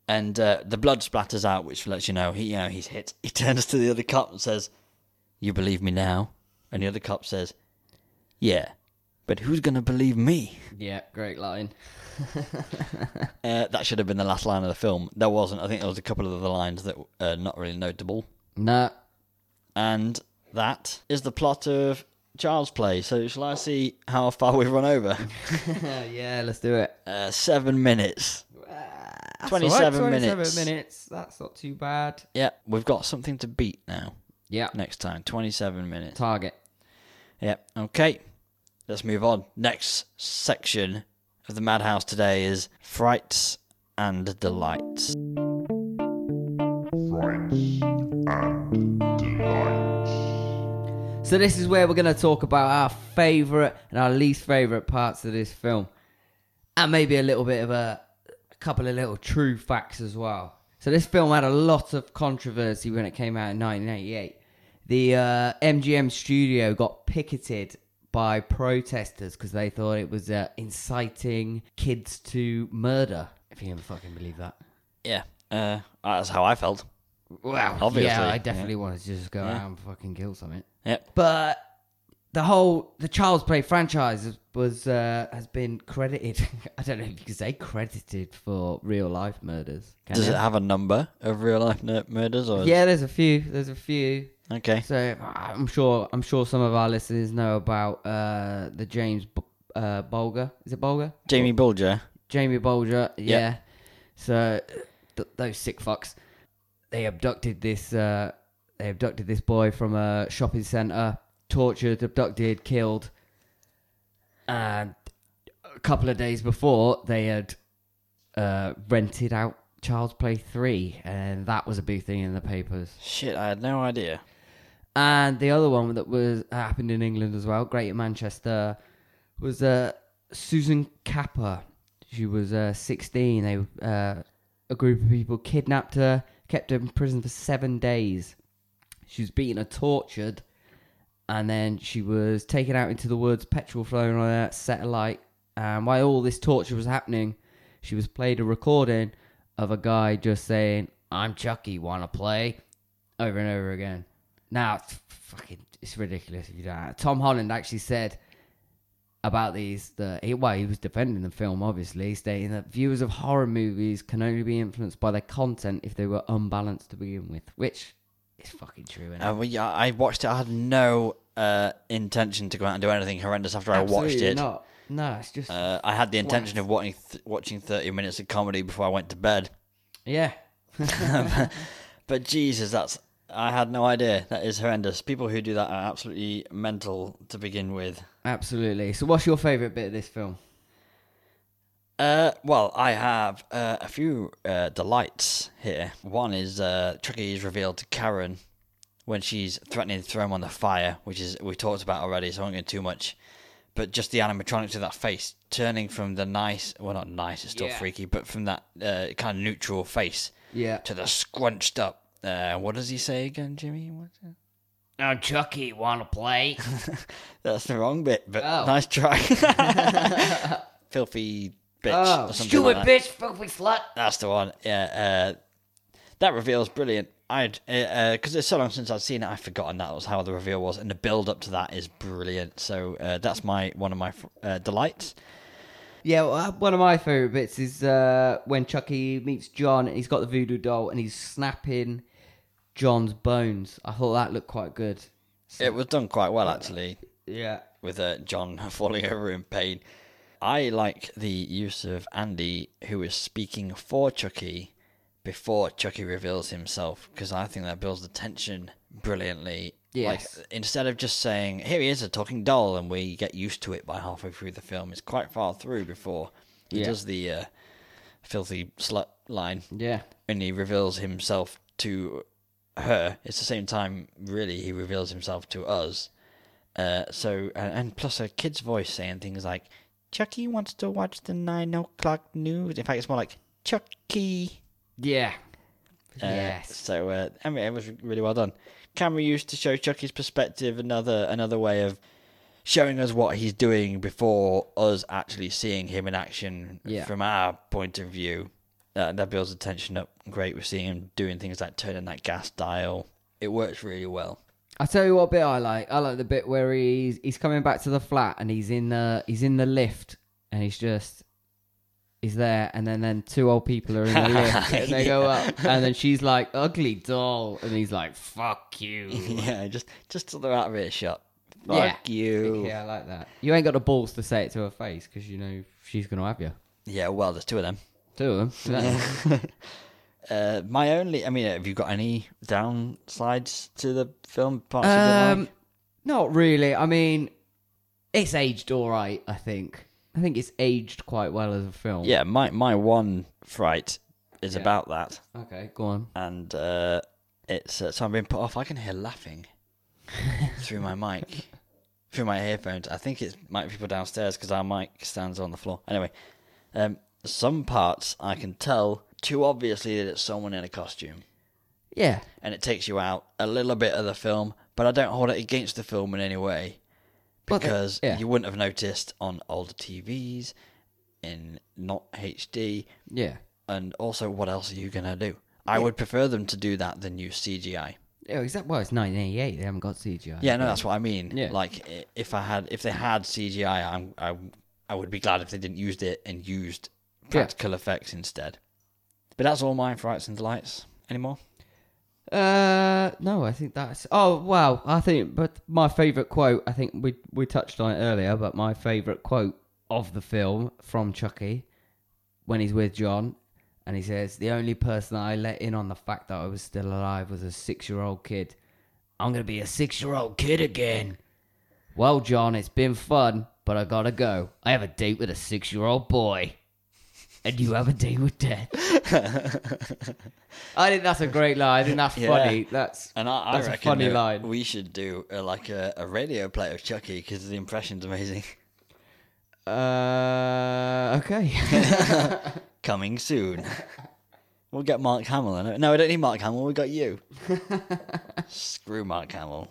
And uh, the blood splatters out, which lets you know he, you know, he's hit. He turns to the other cop and says, "You believe me now?" And the other cop says, "Yeah, but who's gonna believe me?"
Yeah, great line.
Uh, that should have been the last line of the film. There wasn't. I think there was a couple of other lines that are not really notable.
Nah,
And that is the plot of Child's Play. So shall I see how far we've run over?
yeah, let's do it.
Uh, seven minutes.
That's all right,
27 minutes.
27 minutes. That's not too bad.
Yeah, we've got something to beat now.
Yeah.
Next time, 27 minutes.
Target.
Yep. Okay. Let's move on. Next section of the Madhouse today is Frights and Delights.
So this is where we're going to talk about our favourite and our least favourite parts of this film, and maybe a little bit of a, a couple of little true facts as well. So this film had a lot of controversy when it came out in 1988. The uh, MGM studio got picketed by protesters because they thought it was uh, inciting kids to murder. If you can fucking believe that.
Yeah. Uh, that's how I felt.
Well,
Obviously,
yeah,
yeah.
I definitely wanted to just go out and fucking kill something.
Yep.
But the whole the Child's Play franchise was uh, has been credited. I don't know if you could say credited for real life murders. can
Does
you?
it have a number of real life nur- murders or?
yeah, there's a few. There's a few.
Okay.
So I'm sure I'm sure some of our listeners know about uh, the James B- uh, Bolger. Is it Bolger?
Jamie Bulger.
Jamie Bolger, yeah.
Yeah.
So th- those sick fucks, they abducted this. Uh, they abducted this boy from a shopping center, tortured, abducted, killed, and a couple of days before they had uh, rented out Child's Play three, and that was a big thing in the papers.
Shit, I had no idea.
And the other one that was happened in England as well, Greater Manchester, was uh, Susan Capper. She was uh, 16. They uh, a group of people kidnapped her, kept her in prison for seven days. She was beaten and tortured, and then she was taken out into the woods, petrol flown on a satellite. And while all this torture was happening, she was played a recording of a guy just saying, "I'm Chucky, wanna play?" over and over again. Now, it's f- fucking, it's ridiculous if you don't. Tom Holland actually said about these that he, well, he was defending the film, obviously, stating that viewers of horror movies can only be influenced by their content if they were unbalanced to begin with, which is fucking true. innit?
Uh, well, yeah, I watched it. I had no uh, intention to go out and do anything horrendous after I watched
Absolutely
it.
Not. No, it's just
Uh, I had the intention of watching th- watching thirty minutes of comedy before I went to bed.
yeah.
But Jesus, that's I had no idea. That is horrendous. People who do that are absolutely mental to begin with.
Absolutely. So, what's your favourite bit of this film?
Uh, well, I have uh, a few uh, delights here. One is uh, Chucky is revealed to Karen when she's threatening to throw him on the fire, which is we talked about already, so I won't get too much. But just the animatronics of that face turning from the nice, well, not nice, it's still
Yeah.
freaky, but from that uh, kind of neutral face
Yeah.
to the scrunched up. Uh, what does he say again, Jimmy? What's it?
Now, Chucky, wanna play?
That's the wrong bit, but
Oh.
nice try. Filthy bitch.
oh,
or something
stupid
like that.
bitch, filthy slut.
That's the one. Yeah, uh, that reveal's brilliant. I'd because uh, uh 'cause it's so long since I'd seen it, I've forgotten that was how the reveal was, and the build up to that is brilliant. So uh, that's my one of my f- uh, delights.
Yeah, well, uh, one of my favorite bits is uh, when Chucky meets John and he's got the voodoo doll and he's snapping John's bones. I thought that looked quite good.
It was done quite well actually,
Yeah.
with uh, John falling over in pain. I like the use of Andy, who is speaking for Chucky before Chucky reveals himself, because I think that builds the tension brilliantly.
Yes.
Like, instead of just saying, here he is, a talking doll, and we get used to it by halfway through the film, it's quite far through before he
Yeah.
does the uh, filthy slut line
Yeah.
and he reveals himself to her. It's the same time, really, he reveals himself to us. Uh, so and, and plus a kid's voice saying things like "Chucky wants to watch the nine o'clock news." In fact, it's more like "Chucky."
Yeah.
Uh,
yes.
So uh, I mean, it was really well done. Camera used to show Chucky's perspective, another another way of showing us what he's doing before us actually seeing him in action
Yeah.
from our point of view. Uh, that builds the tension up great. We're seeing him doing things like turning that gas dial. It works really well.
I tell you what bit I like. I like the bit where he's he's coming back to the flat and he's in the he's in the lift and he's just he's there and then then two old people are in the lift and they go up and then she's like ugly doll and he's like fuck you.
yeah, just just till they're out of earshot. Fuck you.
Yeah, I like that. You ain't got the balls to say it to her face because you know she's gonna have you.
yeah, well, there's two of them.
Two of them.
Uh, my only, I mean, have you got any downsides to the film? Parts you didn't like?
Um, not really. I mean, it's aged all right. I think. I think it's aged quite well as a film.
Yeah, my my one fright is
Yeah.
about that,
Okay, go on.
and uh, it's uh, so I'm being put off. I can hear laughing through my mic, through my earphones. I think it might be people downstairs because our mic stands on the floor. Anyway, um, some parts I can tell too obviously that it's someone in a costume,
Yeah.
and it takes you out a little bit of the film. But I don't hold it against the film in any way
But the-
because
yeah.
you wouldn't have noticed on older TVs in not HD
Yeah.
and also what else are you gonna do? I would prefer them to do that than use CGI.
Yeah, exactly. Oh, Well, it's 1988. They haven't got CGI.
Yeah, no, that's what I mean.
Yeah.
Like i- if I had, if they had CGI, I'm, I, I would be glad if they didn't use it and used practical effects instead. But that's all my frights and delights anymore.
Uh, no, I think that's. Oh wow, I think. But my favorite quote. I think we we touched on it earlier. But my favorite quote of the film from Chucky, when he's with John, and he says, "The only person I let in on the fact that I was still alive was a six-year-old kid. I'm gonna be a six-year-old kid again." Well, John, it's been fun, but I gotta go. I have a date with a six-year-old boy, and you have a date with Dad. I think that's a great line. I think that's
Yeah.
funny. That's
And I, I
that's a
reckon
funny
that
line.
we should do uh, like a, a radio play of Chucky because the impression's amazing.
Uh, okay.
Coming soon. we'll get Mark Hamill. in it. No, I don't need Mark Hamill. We got you. Screw Mark Hamill.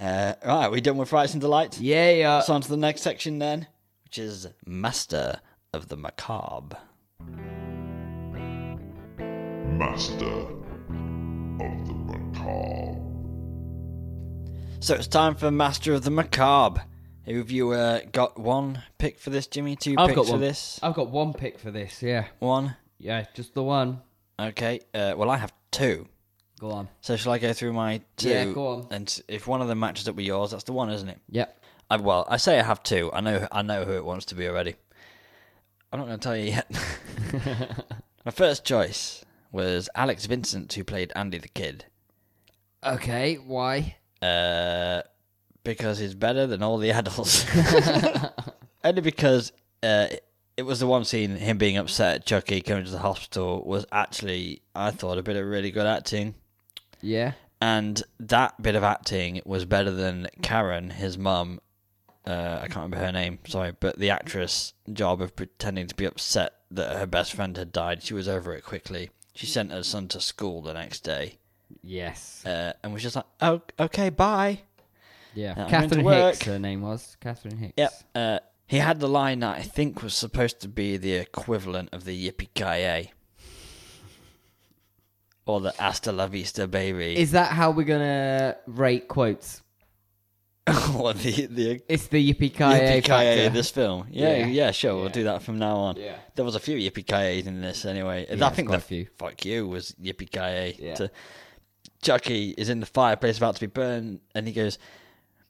Uh, right, we done with frights and delights.
yeah, yeah.
So on to the next section then, which is Master of the Macabre.
Master of the Macabre.
So it's time for Master of the Macabre. Have you uh, got one pick for this, Jimmy? 2
I've
picks
got
for
one.
this?
I've got one pick for this. Yeah,
One.
yeah, just the one.
Okay. Uh, well, I have two.
Go on.
So shall I go through my two?
Yeah, go on.
And s- if one of them matches up with yours, that's the one, isn't it?
Yep.
I, well, I say I have two. I know I know who it wants to be already. I'm not going to tell you yet. My first choice was Alex Vincent, who played Andy the Kid,
Okay. Why?
uh, because he's better than all the adults. Only because uh, it was the one scene him being upset at Chucky coming to the hospital was actually I thought a bit of really good acting.
Yeah.
And that bit of acting was better than Karen, his mum. Uh, I can't remember her name, sorry, but the actress job of pretending to be upset that her best friend had died. She was over it quickly. She sent her son to school the next day
Yes.
uh, and was just like, oh, okay, bye.
Yeah.
I'm going to
Catherine
work.
Hicks, her name was. Catherine Hicks.
Yep. Uh, he had the line that I think was supposed to be the equivalent of the yippee ki yay, or the hasta la vista baby,
Is that how we're gonna rate quotes?
or the the
It's the yippee ki
yippee ki yay
factor.
of this film. Yeah,
Yeah.
yeah, sure, we'll do that from now on.
Yeah.
There was a few yippee ki yays in this anyway.
Yeah,
I think
quite
the
a few.
fuck you was yippee ki yay.
Yeah.
To Chucky is in the fireplace about to be burned, and he goes,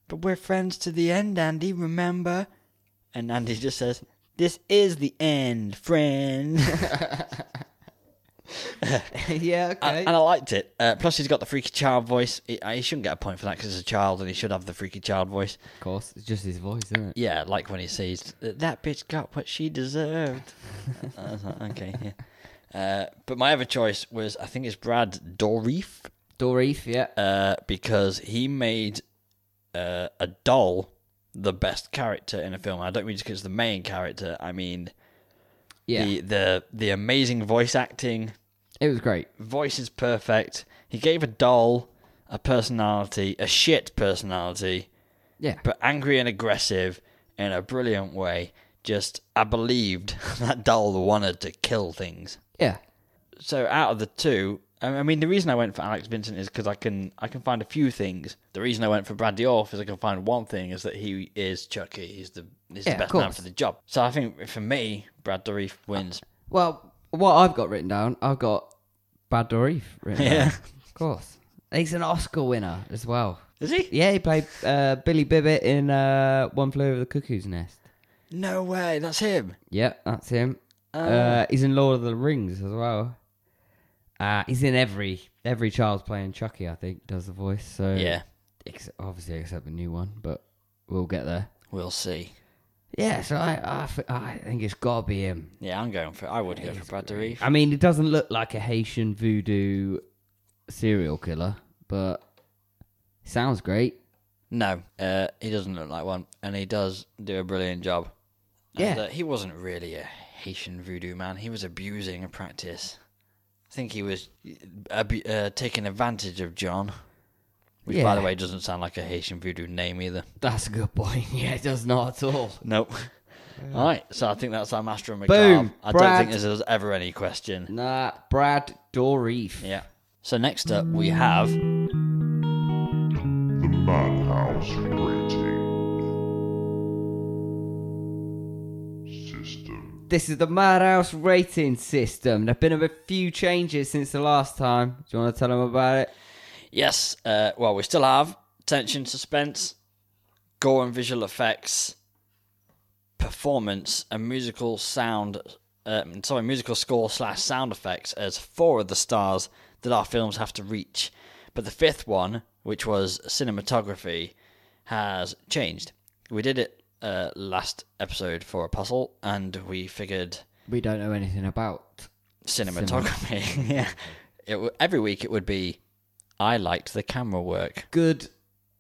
"But we're friends to the end, Andy. Remember?" And Andy just says, "This is the end, friend."
yeah.
And-
Okay.
and I liked it. Uh, plus, he's got the freaky child voice. He, uh, he shouldn't get a point for that because he's a child, and he should have the freaky child voice.
of course, it's just his voice, isn't it?
Yeah, like when he says that bitch got what she deserved. I was like, okay, yeah. Uh, but my other choice was I think it's Brad Dourif
Dorif. Yeah.
uh, because he made uh, a doll the best character in a film. I don't mean just because the main character. I mean
Yeah.
the the the amazing voice acting,
It was great.
voice is perfect. He gave a doll a personality, a shit personality,
Yeah.
but angry and aggressive in a brilliant way. Just, I believed that doll wanted to kill things.
yeah.
So out of the two, I I mean, the reason I went for Alex Vincent is because I can I can find a few things. The reason I went for Brad Orff is I can find one thing is that he is Chucky. He's the he's
Yeah, of
the best man
course.
for the job. So I think for me, Brad Dourif wins.
Well, what I've got written down, I've got Brad Dorif written
Yeah.
down. Of course. He's an Oscar winner as well.
Is he?
Yeah, he played uh, Billy Bibbit in uh, One Flew Over the Cuckoo's Nest.
No way, that's him.
Yep, that's him. Uh, he's in Lord of the Rings as well. Uh, he's in every every child's playing Chucky, I think, does the voice. So
Yeah,
ex- obviously except the new one, but we'll get there.
we'll see.
Yeah, so I I, th- I think it's gotta be him.
Yeah, I'm going for. I would go for Brad Dourif.
I mean, it doesn't look like a Haitian voodoo serial killer, but sounds great.
No, uh, he doesn't look like one, and he does do a brilliant job. And,
Yeah.
uh, he wasn't really a Haitian voodoo man. He was abusing a practice. I think he was abu- uh, taking advantage of John, which, by the
Yeah.
way, doesn't sound like a Haitian voodoo name either.
That's a good point. Yeah, it does not at all.
Nope. All right, so I think that's our master and
Boom,
macabre. I
Brad.
don't think there's ever any question.
Nah, Brad Dourif.
Yeah. So next up we have
The Madhouse Rating System.
This is the Madhouse rating system. There've been a few changes since the last time. Do you want to tell them about it?
Yes. Uh, well, we still have tension, suspense, gore and visual effects, performance, and musical sound. Um, sorry, musical score slash sound effects as four of the stars that our films have to reach. But the fifth one, which was cinematography, has changed. We did it uh, last episode for Apostle, and we figured
We don't know anything about.
cinematography. yeah, it, w- every week it would be. I liked the camera work.
Good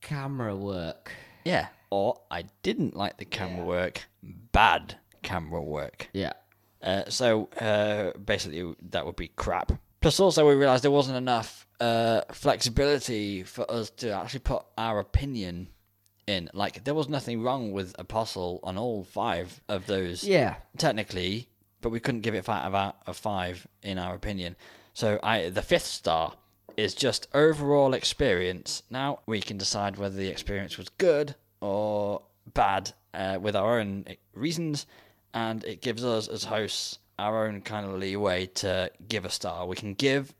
camera work.
Yeah. Or I didn't like the camera work. Bad camera work.
Yeah.
Uh, so uh, basically, that would be crap. Plus, also, we realised there wasn't enough uh, flexibility for us to actually put our opinion in. Like, there was nothing wrong with Apostle on all five of those
Yeah.
technically, but we couldn't give it five out of five in our opinion. So I the fifth star is just overall experience. Now we can decide whether the experience was good or bad uh, with our own reasons, and it gives us as hosts our own kind of leeway to give a star. We can give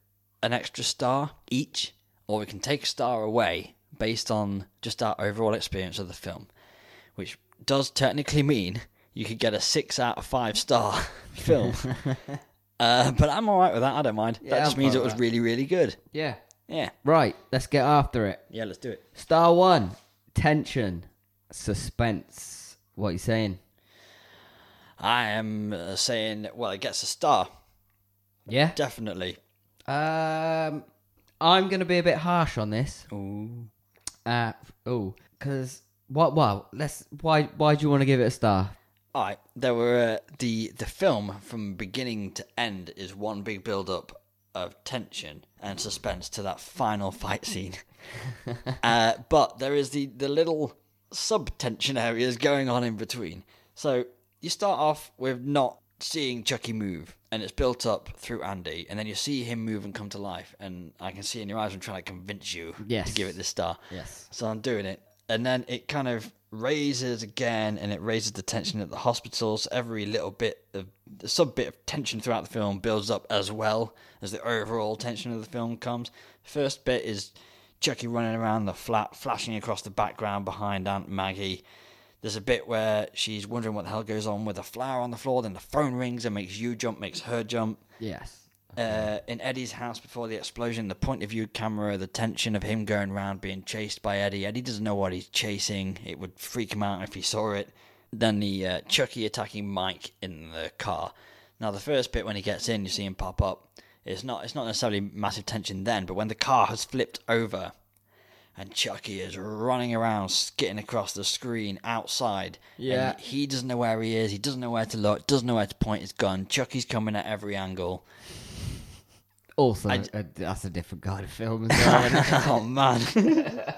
an extra star each, or we can take a star away based on just our overall experience of the film which does technically mean you could get a six out of five star film. uh, but I'm all right with that. I don't mind.
Yeah,
that just
I'm
means
fine
it was
with
really, really good.
Yeah.
Yeah.
Right, let's get after it.
Yeah, let's do it.
Star one, tension, suspense. What are you saying?
I am uh, saying, well, it gets a star,
Yeah.
definitely.
Um, I'm going to be a bit harsh on this. Uh, oh, because what? Well, let's. Why? Why do you want to give it a star?
All right, there were uh, the the film from beginning to end is one big build up of tension and suspense to that final fight scene. uh, but there is the the little sub tension areas going on in between. So you start off with not seeing Chucky move, and it's built up through Andy, and then you see him move and come to life. And I can see in your eyes, I'm trying to convince you
Yes.
to give it this star.
Yes.
So I'm doing it. And then it kind of raises again and it raises the tension at the hospitals. Every little bit of the sub bit of tension throughout the film builds up as well as the overall tension of the film comes. First bit is Chucky running around the flat, flashing across the background behind Aunt Maggie. There's a bit where she's wondering what the hell goes on with a flower on the floor, then the phone rings and makes you jump, makes her jump
Yes.
uh, in Eddie's house before the explosion, the point of view camera, the tension of him going round being chased by Eddie. Eddie doesn't know what he's chasing. It would freak him out if he saw it. Then the uh, Chucky attacking Mike in the car. Now the first bit when he gets in, you see him pop up. It's not it's not necessarily massive tension then, but when the car has flipped over and Chucky is running around, skitting across the screen outside. and
Yeah.
he doesn't know where he is. He doesn't know where to look. Doesn't know where to point his gun. Chucky's coming at every angle.
Also,
I-
uh, that's a different kind of film. As well, isn't it?
oh man.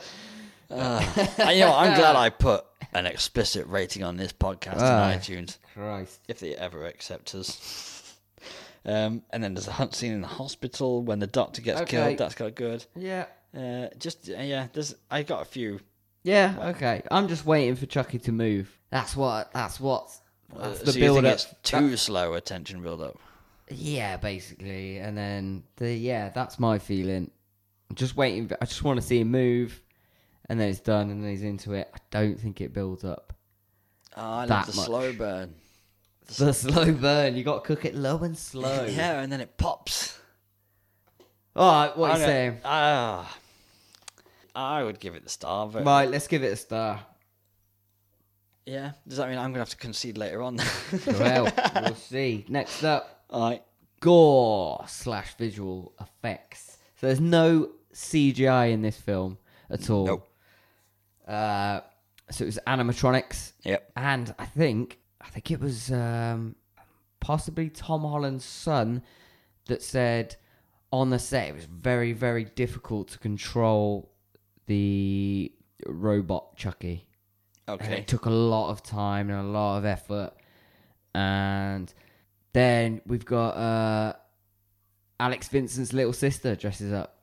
uh, you know, what, I'm glad I put an explicit rating on this podcast
Ah.
on iTunes,
Christ.
if they ever accept us. Um, and then there's a hunt scene in the hospital when the doctor gets
Okay.
killed. That's got good.
Yeah.
Uh, just uh, yeah, there's I got a few.
Yeah. Okay. I'm just waiting for Chucky to move. That's what. That's what. That's
Uh,
the
so you
build
think
up.
it's too slow a tension build up.
Yeah, basically, and then the yeah, that's my feeling. I'm just waiting. I just want to see him move, and then it's done, and then he's into it. I don't think it builds up.
Oh, I
That
love the
much.
slow burn.
The slow burn. You got to cook it low and slow.
Yeah, and then it pops.
All right. What
I
you
don't-
saying?
Ah, I would give it the star. But
Right. Let's give it a star.
yeah, does that mean I'm gonna have to concede later on?
Well, we'll see. Next up,
All right.
gore slash visual effects. So there's no CGI in this film at all.
Nope.
Uh, so it was animatronics.
Yep.
and I think I think it was um, possibly Tom Holland's son that said on the set it was very very difficult to control the robot Chucky. And
Okay.
it took a lot of time and a lot of effort. And then we've got uh, Alex Vincent's little sister dresses up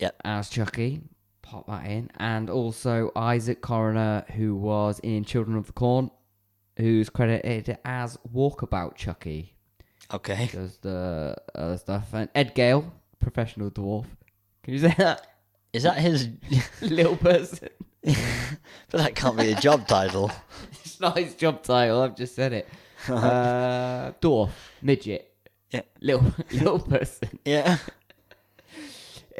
Yep.
as Chucky. Pop that in. And also Isaac Coroner, who was in Children of the Corn, who's credited as Walkabout Chucky.
Okay.
Does the other stuff. And Ed Gale, professional dwarf. Can you say that?
Is that his?
little person.
but that can't be a job title.
It's not his job title. I've just said it. Uh, dwarf, midget,
Yeah.
little little person.
Yeah.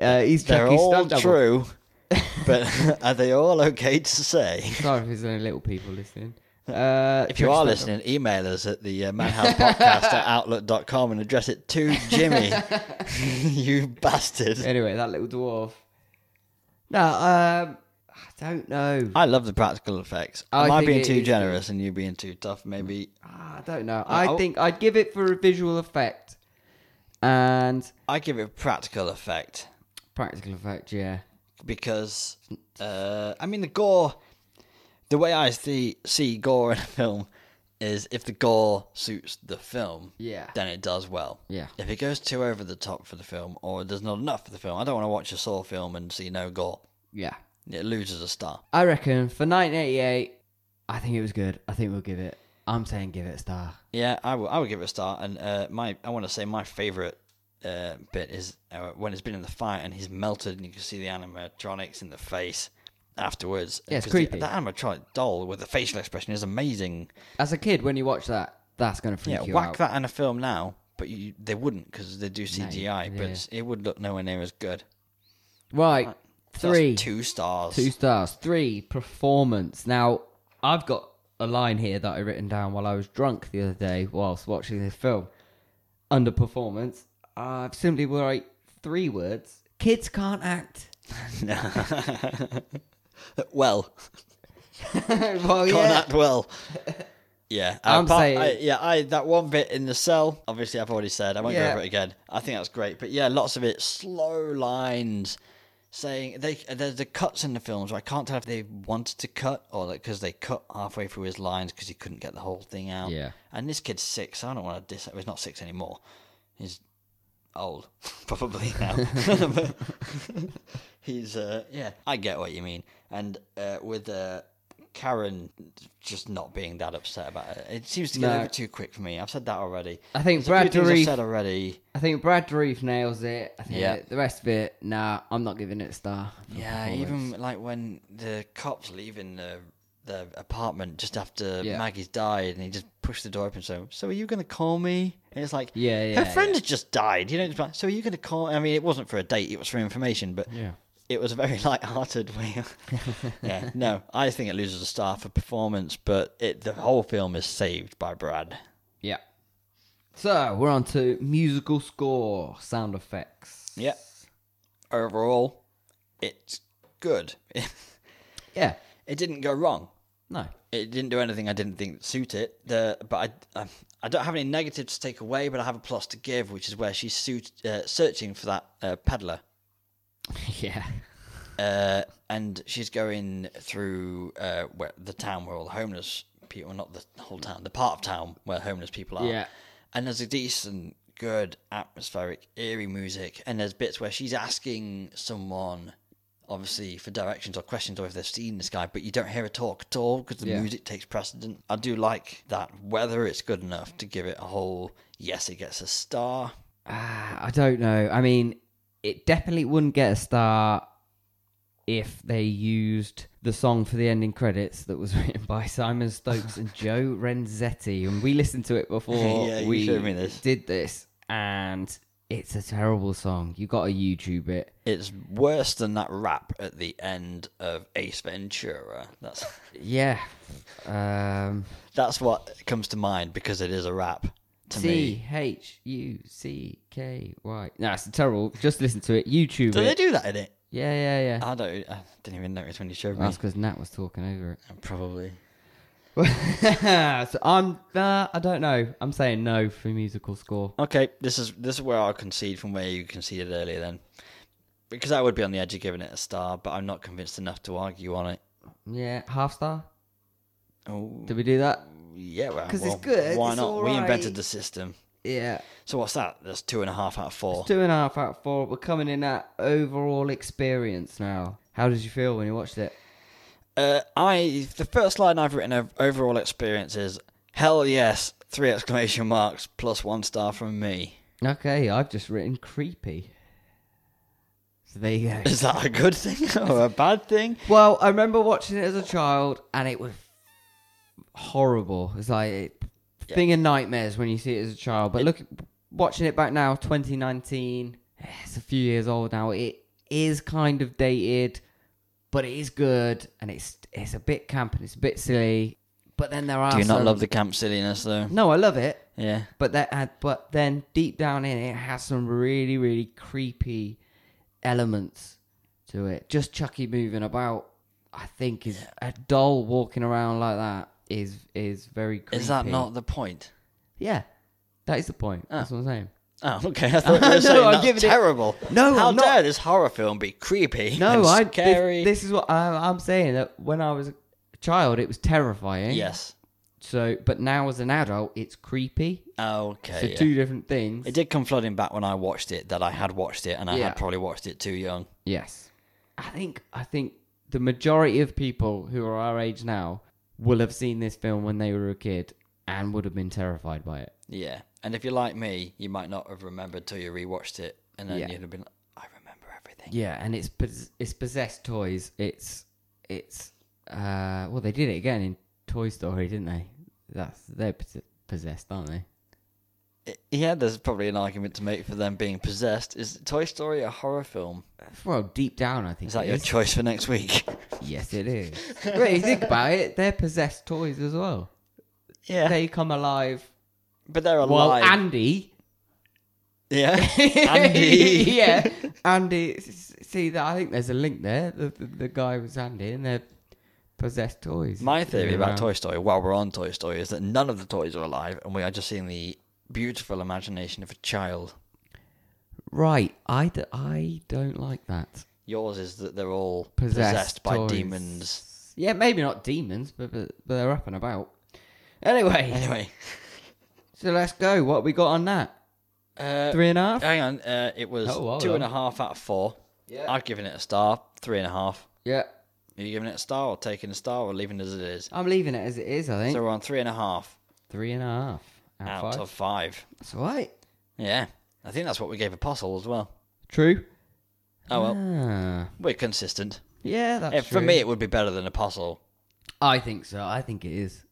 Uh, he's
They're
Chucky's
all
stunt double.
true. But are they all okay to say?
Sorry if there's any little people listening. Uh,
If you are
Chucky's stunt
listening, email us at the uh, Madhouse Podcast at outlook.com and address it to Jimmy. you
double.
bastard.
Anyway, that little dwarf. No, um, I don't know.
I love the practical effects.
I
Am I
think
being
it
too
is
generous and you being too tough? Maybe
I, don't know. I,
I'll-
think I'd give it for a visual effect and
I give it practical effect.
practical effect. Yeah.
because uh, I mean the gore. The way I see see gore in a film is if the gore suits the film,
Yeah.
then it does well.
Yeah.
If it goes too over the top for the film, or there's not enough for the film, I don't want to watch a Saw film and see no gore.
Yeah.
It loses a star.
I reckon for 1988, I think it was good. I think we'll give it. I'm saying give it a star.
Yeah, I would. I would give it a star. And uh, my, I want to say my favorite uh, bit is uh, when it's been in the fight and he's melted and you can see the animatronics in the face afterwards.
Yeah, it's
'Cause the-
creepy.
The, animatronic doll with the facial expression is amazing.
As a kid, when you watch that, that's going to freak
yeah,
you
whack
out.
that in a film now, but you, they wouldn't because they do CGI.
yeah.
But it's- it would look nowhere near as good.
Right,
So that's
three,
two stars.
two stars. Three performance. Now I've got a line here that I written down while I was drunk the other day whilst watching this film. Under performance, I've simply write three words: Kids can't act.
well,
well,
can't
Oh, yeah.
act well. Yeah,
I'm
apart-
saying-
I, yeah, I that one bit in the cell. Obviously, I've already said I won't
Yeah.
go over it again. I think that's great, but yeah, lots of it slow lines saying they there's the cuts in the films. Where I can't tell if they wanted to cut or because they cut halfway through his lines because he couldn't get the whole thing out.
Yeah.
and this kid's six. so I don't want to diss. He's not six anymore. He's old, probably now. But he's uh, yeah. I get what you mean, and uh, with uh, Karen just not being that upset about it, it seems to get
No.
over too quick for me. I've said that already.
I think
There's a few
Brad
things I've
Dourif-
said already.
I think Brad Dourif nails it. I think
Yeah.
the rest of it, nah, I'm not giving it a star.
Yeah, even like when the cops leaving the the apartment just after
Yeah.
Maggie's died, and he just pushed the door open. So, so are you going to call me? And it's like,
Yeah, yeah,
her friend
yeah.
has just died. You know, it's like, so are you going to call? I mean, it wasn't for a date; it was for information. But
Yeah.
it was a very light-hearted way. Of, yeah, no, I think it loses a star for performance, but it the whole film is saved by Brad.
Yeah. So we're on to musical score, sound effects.
Yeah, overall, it's good. it
Yeah.
didn't go wrong.
No.
it didn't do anything I didn't think suit it. The but I, I I don't have any negatives to take away, but I have a plus to give, which is where she's suit, uh, searching for that uh, peddler,
yeah.
uh, and she's going through uh, where the town where all the homeless people, well, not the whole town, the part of town where homeless people are.
Yeah.
and there's a decent, good atmospheric, eerie music, and there's bits where she's asking someone. Obviously, for directions or questions, or if they've seen this guy, but you don't hear her talk at all because the
Yeah.
music it takes precedent. I do like that. Whether it's good enough to give it a whole yes, it gets a star.
Ah, I don't know. I mean, it definitely wouldn't get a star if they used the song for the ending credits that was written by Simon Stokes and Joe Renzetti, and we listened to it before
Yeah, you
we
showed me this.
did this, and it's a terrible song. You got to YouTube it.
It's worse than that rap at the end of Ace Ventura. That's
Yeah. Um,
that's what comes to mind because it is a rap to
T
me.
H U C K Y. No, it's terrible. Just listen to it. YouTube
Do they
it.
do that in it?
Yeah, yeah, yeah.
I don't. I didn't even notice when you showed me.
That's because Nat was talking over it.
Probably.
so I'm, uh, I don't know. I'm saying no for musical score.
Okay, this is this is where I'll concede from where you conceded earlier then. Because I would be on the edge of giving it a star, but I'm not convinced enough to argue on it.
Yeah, half star.
Oh,
Did we do that?
yeah, well,
'Cause it's
well,
good,
Why
it's
not?
all
We invented
right.
the system.
Yeah,
So what's that? That's two and a half out of four.
two and a half out of four. We're coming in at overall experience now. How did you feel when you watched it?
Uh, I the first line I've written of overall experience is hell yes, three exclamation marks plus one star from me.
Okay, I've just written creepy. So there you go.
Is that a good thing or a bad thing?
Well, I remember watching it as a child, and it was horrible. It's like it, thing of nightmares when you see it as a child. But look, watching it back now, 2019, eh, it's a few years old now. It is kind of dated, but it is good, and it's it's a bit camp and it's a bit silly. But then there are.
Do you not
some-
love the camp silliness though?
No, I love it.
Yeah.
But that, had, but then deep down in it, it has some really, really creepy elements to it. Just Chucky moving about, I think, is a doll walking around like that is is very creepy.
Is that not Ah. the point?
Yeah, that is the point. That's what I'm saying.
Oh, okay. I thought you were
No,
saying
I'm
that's
giving it-
terrible.
No,
how
I'm not.
dare this horror film be creepy?
No,
and
I this-
scary.
This, is what I, I'm saying. That when I was a child, it was terrifying.
yes.
So, but now as an adult, it's creepy.
Okay.
So
yeah.
two different things.
It did come flooding back when I watched it that I had watched it and I
Yeah.
had probably watched it too young.
Yes. I think I think the majority of people who are our age now will have seen this film when they were a kid and would have been terrified by it.
Yeah, and if you're like me, you might not have remembered till you rewatched it, and then
Yeah.
you'd have been, like, I remember everything.
Yeah, and it's pos- it's possessed toys. It's it's uh well they did it again in Toy Story, didn't they? That's they're pos- possessed, aren't they?
I- Yeah, there's probably an argument to make for them being possessed. Is Toy Story a horror film?
Well, deep down, I think
Is that
it
your choice for next week?
yes, it is. Wait, you think about it, they're possessed toys as well.
yeah,
They come alive.
but they're alive.
Well, Andy
Yeah. Andy.
yeah, Andy. s- See, that I think there's a link there. The, the, the guy was Andy, and they're possessed toys.
My theory
Yeah.
about Toy Story, while we're on Toy Story, is that none of the toys are alive and we are just seeing the beautiful imagination of a child.
Right, I, d- I don't like that.
Yours is that they're all
Possessed,
possessed by
toys.
demons.
Yeah, maybe not demons, but but, but they're up and about. Anyway,
Anyway,
so let's go. What we got on that?
uh,
Three and a half.
hang on. Uh, it was
Oh, well
two and a
done.
half out of four. Yeah. I've given it a star, three and a half.
Yeah,
Are you giving it a star or taking a star or leaving it as it is?
I'm leaving it as it is. I think
So we're on three and a half
three and a half out,
out
of five.
of five.
That's all right.
Yeah. I think that's what we gave Apostle as well.
True.
Oh, well,
Ah,
we're consistent.
yeah, that's
Eh,
true.
for me, it would be better than Apostle.
I think so. I think it is.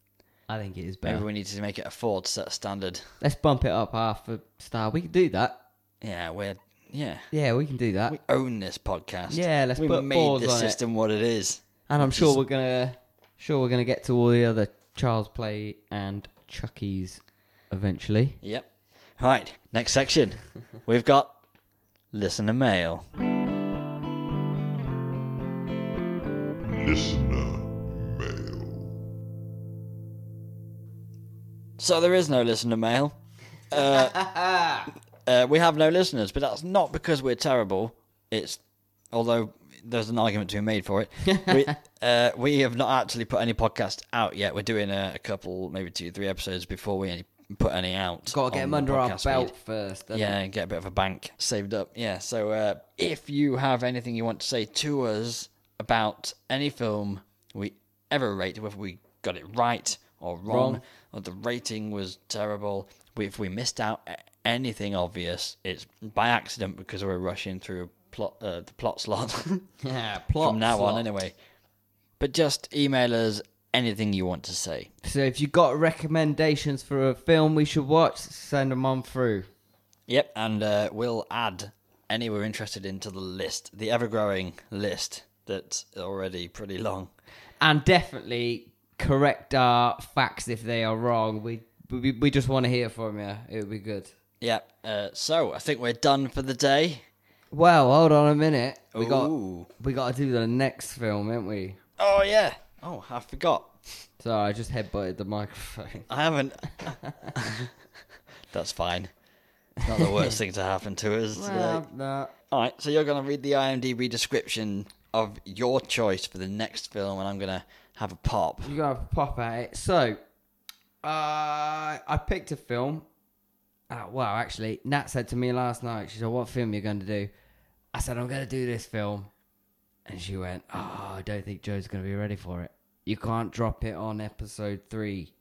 I think it is better.
Maybe we need to make it a four to set a standard.
Let's bump it up half a star. We can do that.
Yeah, we're yeah.
Yeah, we can do that.
We own this podcast.
Yeah, let's
we
put
made
fours
this
on it.
system what it is.
and I'm sure
is-
we're gonna sure we're gonna get to all the other Child's Play and Chucky's eventually.
Yep. Right. Next section. We've got listener mail.
Listener mail.
So there is no listener mail. Uh, uh, we have no listeners, but that's not because we're terrible. It's although there's an argument to be made for it. we, uh, we have not actually put any podcast out yet. We're doing a, a couple, maybe two, three episodes before we any, put any out.
Gotta get
on
him
the
under our
Oh, podcast
belt
feed.
first. haven't
Yeah, and get a bit of a bank saved up. Yeah. So uh, if you have anything you want to say to us about any film we ever rate, whether we got it right or wrong,
Wrong.
or the rating was terrible, we- if we missed out a- anything obvious, it's by accident because we're rushing through plot uh, the plot slot
we? Yeah, plot
from now
slot.
on anyway. But just email us anything you want to say.
So if you got recommendations for a film we should watch, send them on through.
Yep, and uh, we'll add any we're interested in to the list, the ever-growing list that's already pretty long.
And definitely correct our facts if they are wrong. We we, we just want to hear from you. It would be good.
Yep. Uh, so I think we're done for the day.
Well, hold on a minute. We
Ooh.
got we got to do the next film, haven't we?
Oh yeah. Oh, I forgot.
Sorry, I just headbutted the microphone.
I haven't. that's fine. Not the worst thing to happen to us. today.
Well, no.
All right. So you're gonna read the IMDb description of your choice for the next film, and I'm gonna have a pop.
You gotta pop at it. So, uh, I picked a film. Uh, well, actually, Nat said to me last night, she said, What film you going to do? I said, I'm going to do this film. And she went, Oh, I don't think Joe's going to be ready for it. You can't drop it on episode three.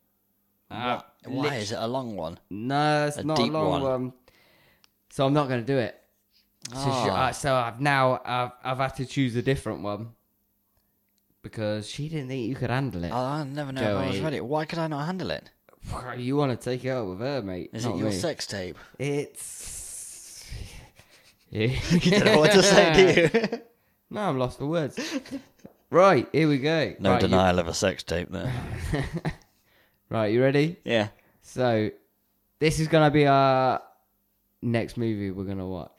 Uh,
Why is it a long one?
No, it's
A
not
deep
a long
one.
one. So I'm not going to do it. So, she,
Ah.
uh, so I've now I've, I've had to choose a different one because she didn't think you could handle it.
I never know if I was
Joey.
ready. Why could I not handle it?
You want to take it out with her, mate?
Is
not
it your
me.
sex tape?
It's.
You don't know what to say, do you?
No, I'm lost for words. Right, here we go.
No
right, you-
denial of a sex tape there.
right, you ready?
yeah.
So, this is gonna be our next movie we're gonna watch.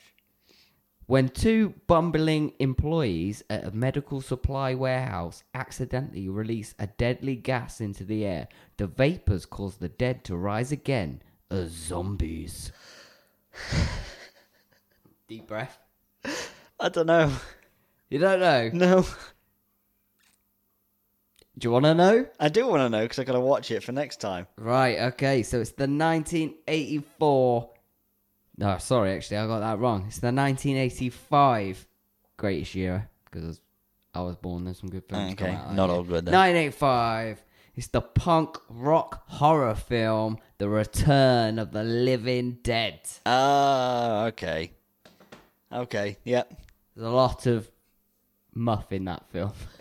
When two bumbling employees at a medical supply warehouse accidentally release a deadly gas into the air, the vapors cause the dead to rise again as zombies. Deep breath.
I don't know.
You don't know?
No.
Do you want to know?
I do want to know because i got to watch it for next time.
Right, okay, so it's the 1984. No, sorry, actually, I got that wrong. It's the 1985 greatest year because I was born. There's some good films. Oh, come
Okay,
out that
not
year.
old with that.
1985. It's the punk rock horror film, The Return of the Living Dead.
Ah, okay. Okay, yep.
There's a lot of muff in that film.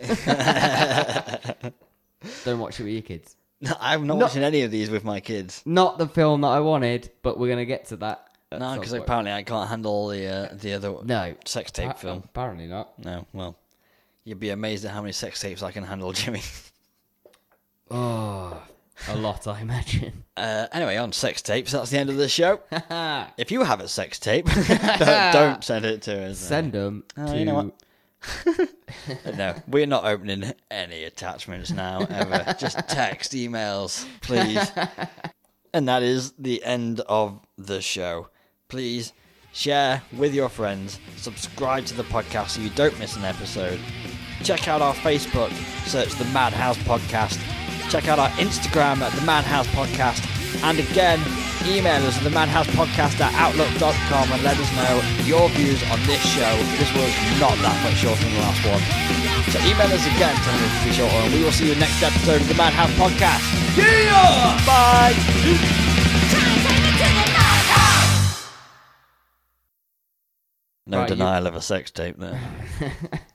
Don't watch it with your kids.
No, I'm not watching any of these with my kids.
Not the film that I wanted, but we're gonna get to that. at
No,
some
because
point.
apparently I can't handle the uh, the other
No. Uh,
sex tape
A-
film.
Apparently not.
No, well, you'd be amazed at how many sex tapes I can handle, Jimmy.
Oh. a lot, I imagine.
Uh, anyway, on sex tapes, that's the end of the show. if you have a sex tape, don't, don't send it to us.
Send them
Oh,
to.
you know what? no, we're not opening any attachments now, ever. Just text, emails, please. and that is the end of the show. Please share with your friends, subscribe to the podcast so you don't miss an episode. Check out our Facebook, search the Madhouse Podcast. Check out our Instagram at the Madhouse Podcast. And again, email us at the Madhouse Podcast at outlook.com and let us know your views on this show. This was not that much shorter than the last one. So email us again to us be shorter, and we will see you next episode of the Madhouse Podcast. Yeah! Bye! No
Right, you-
denial of a sex tape there.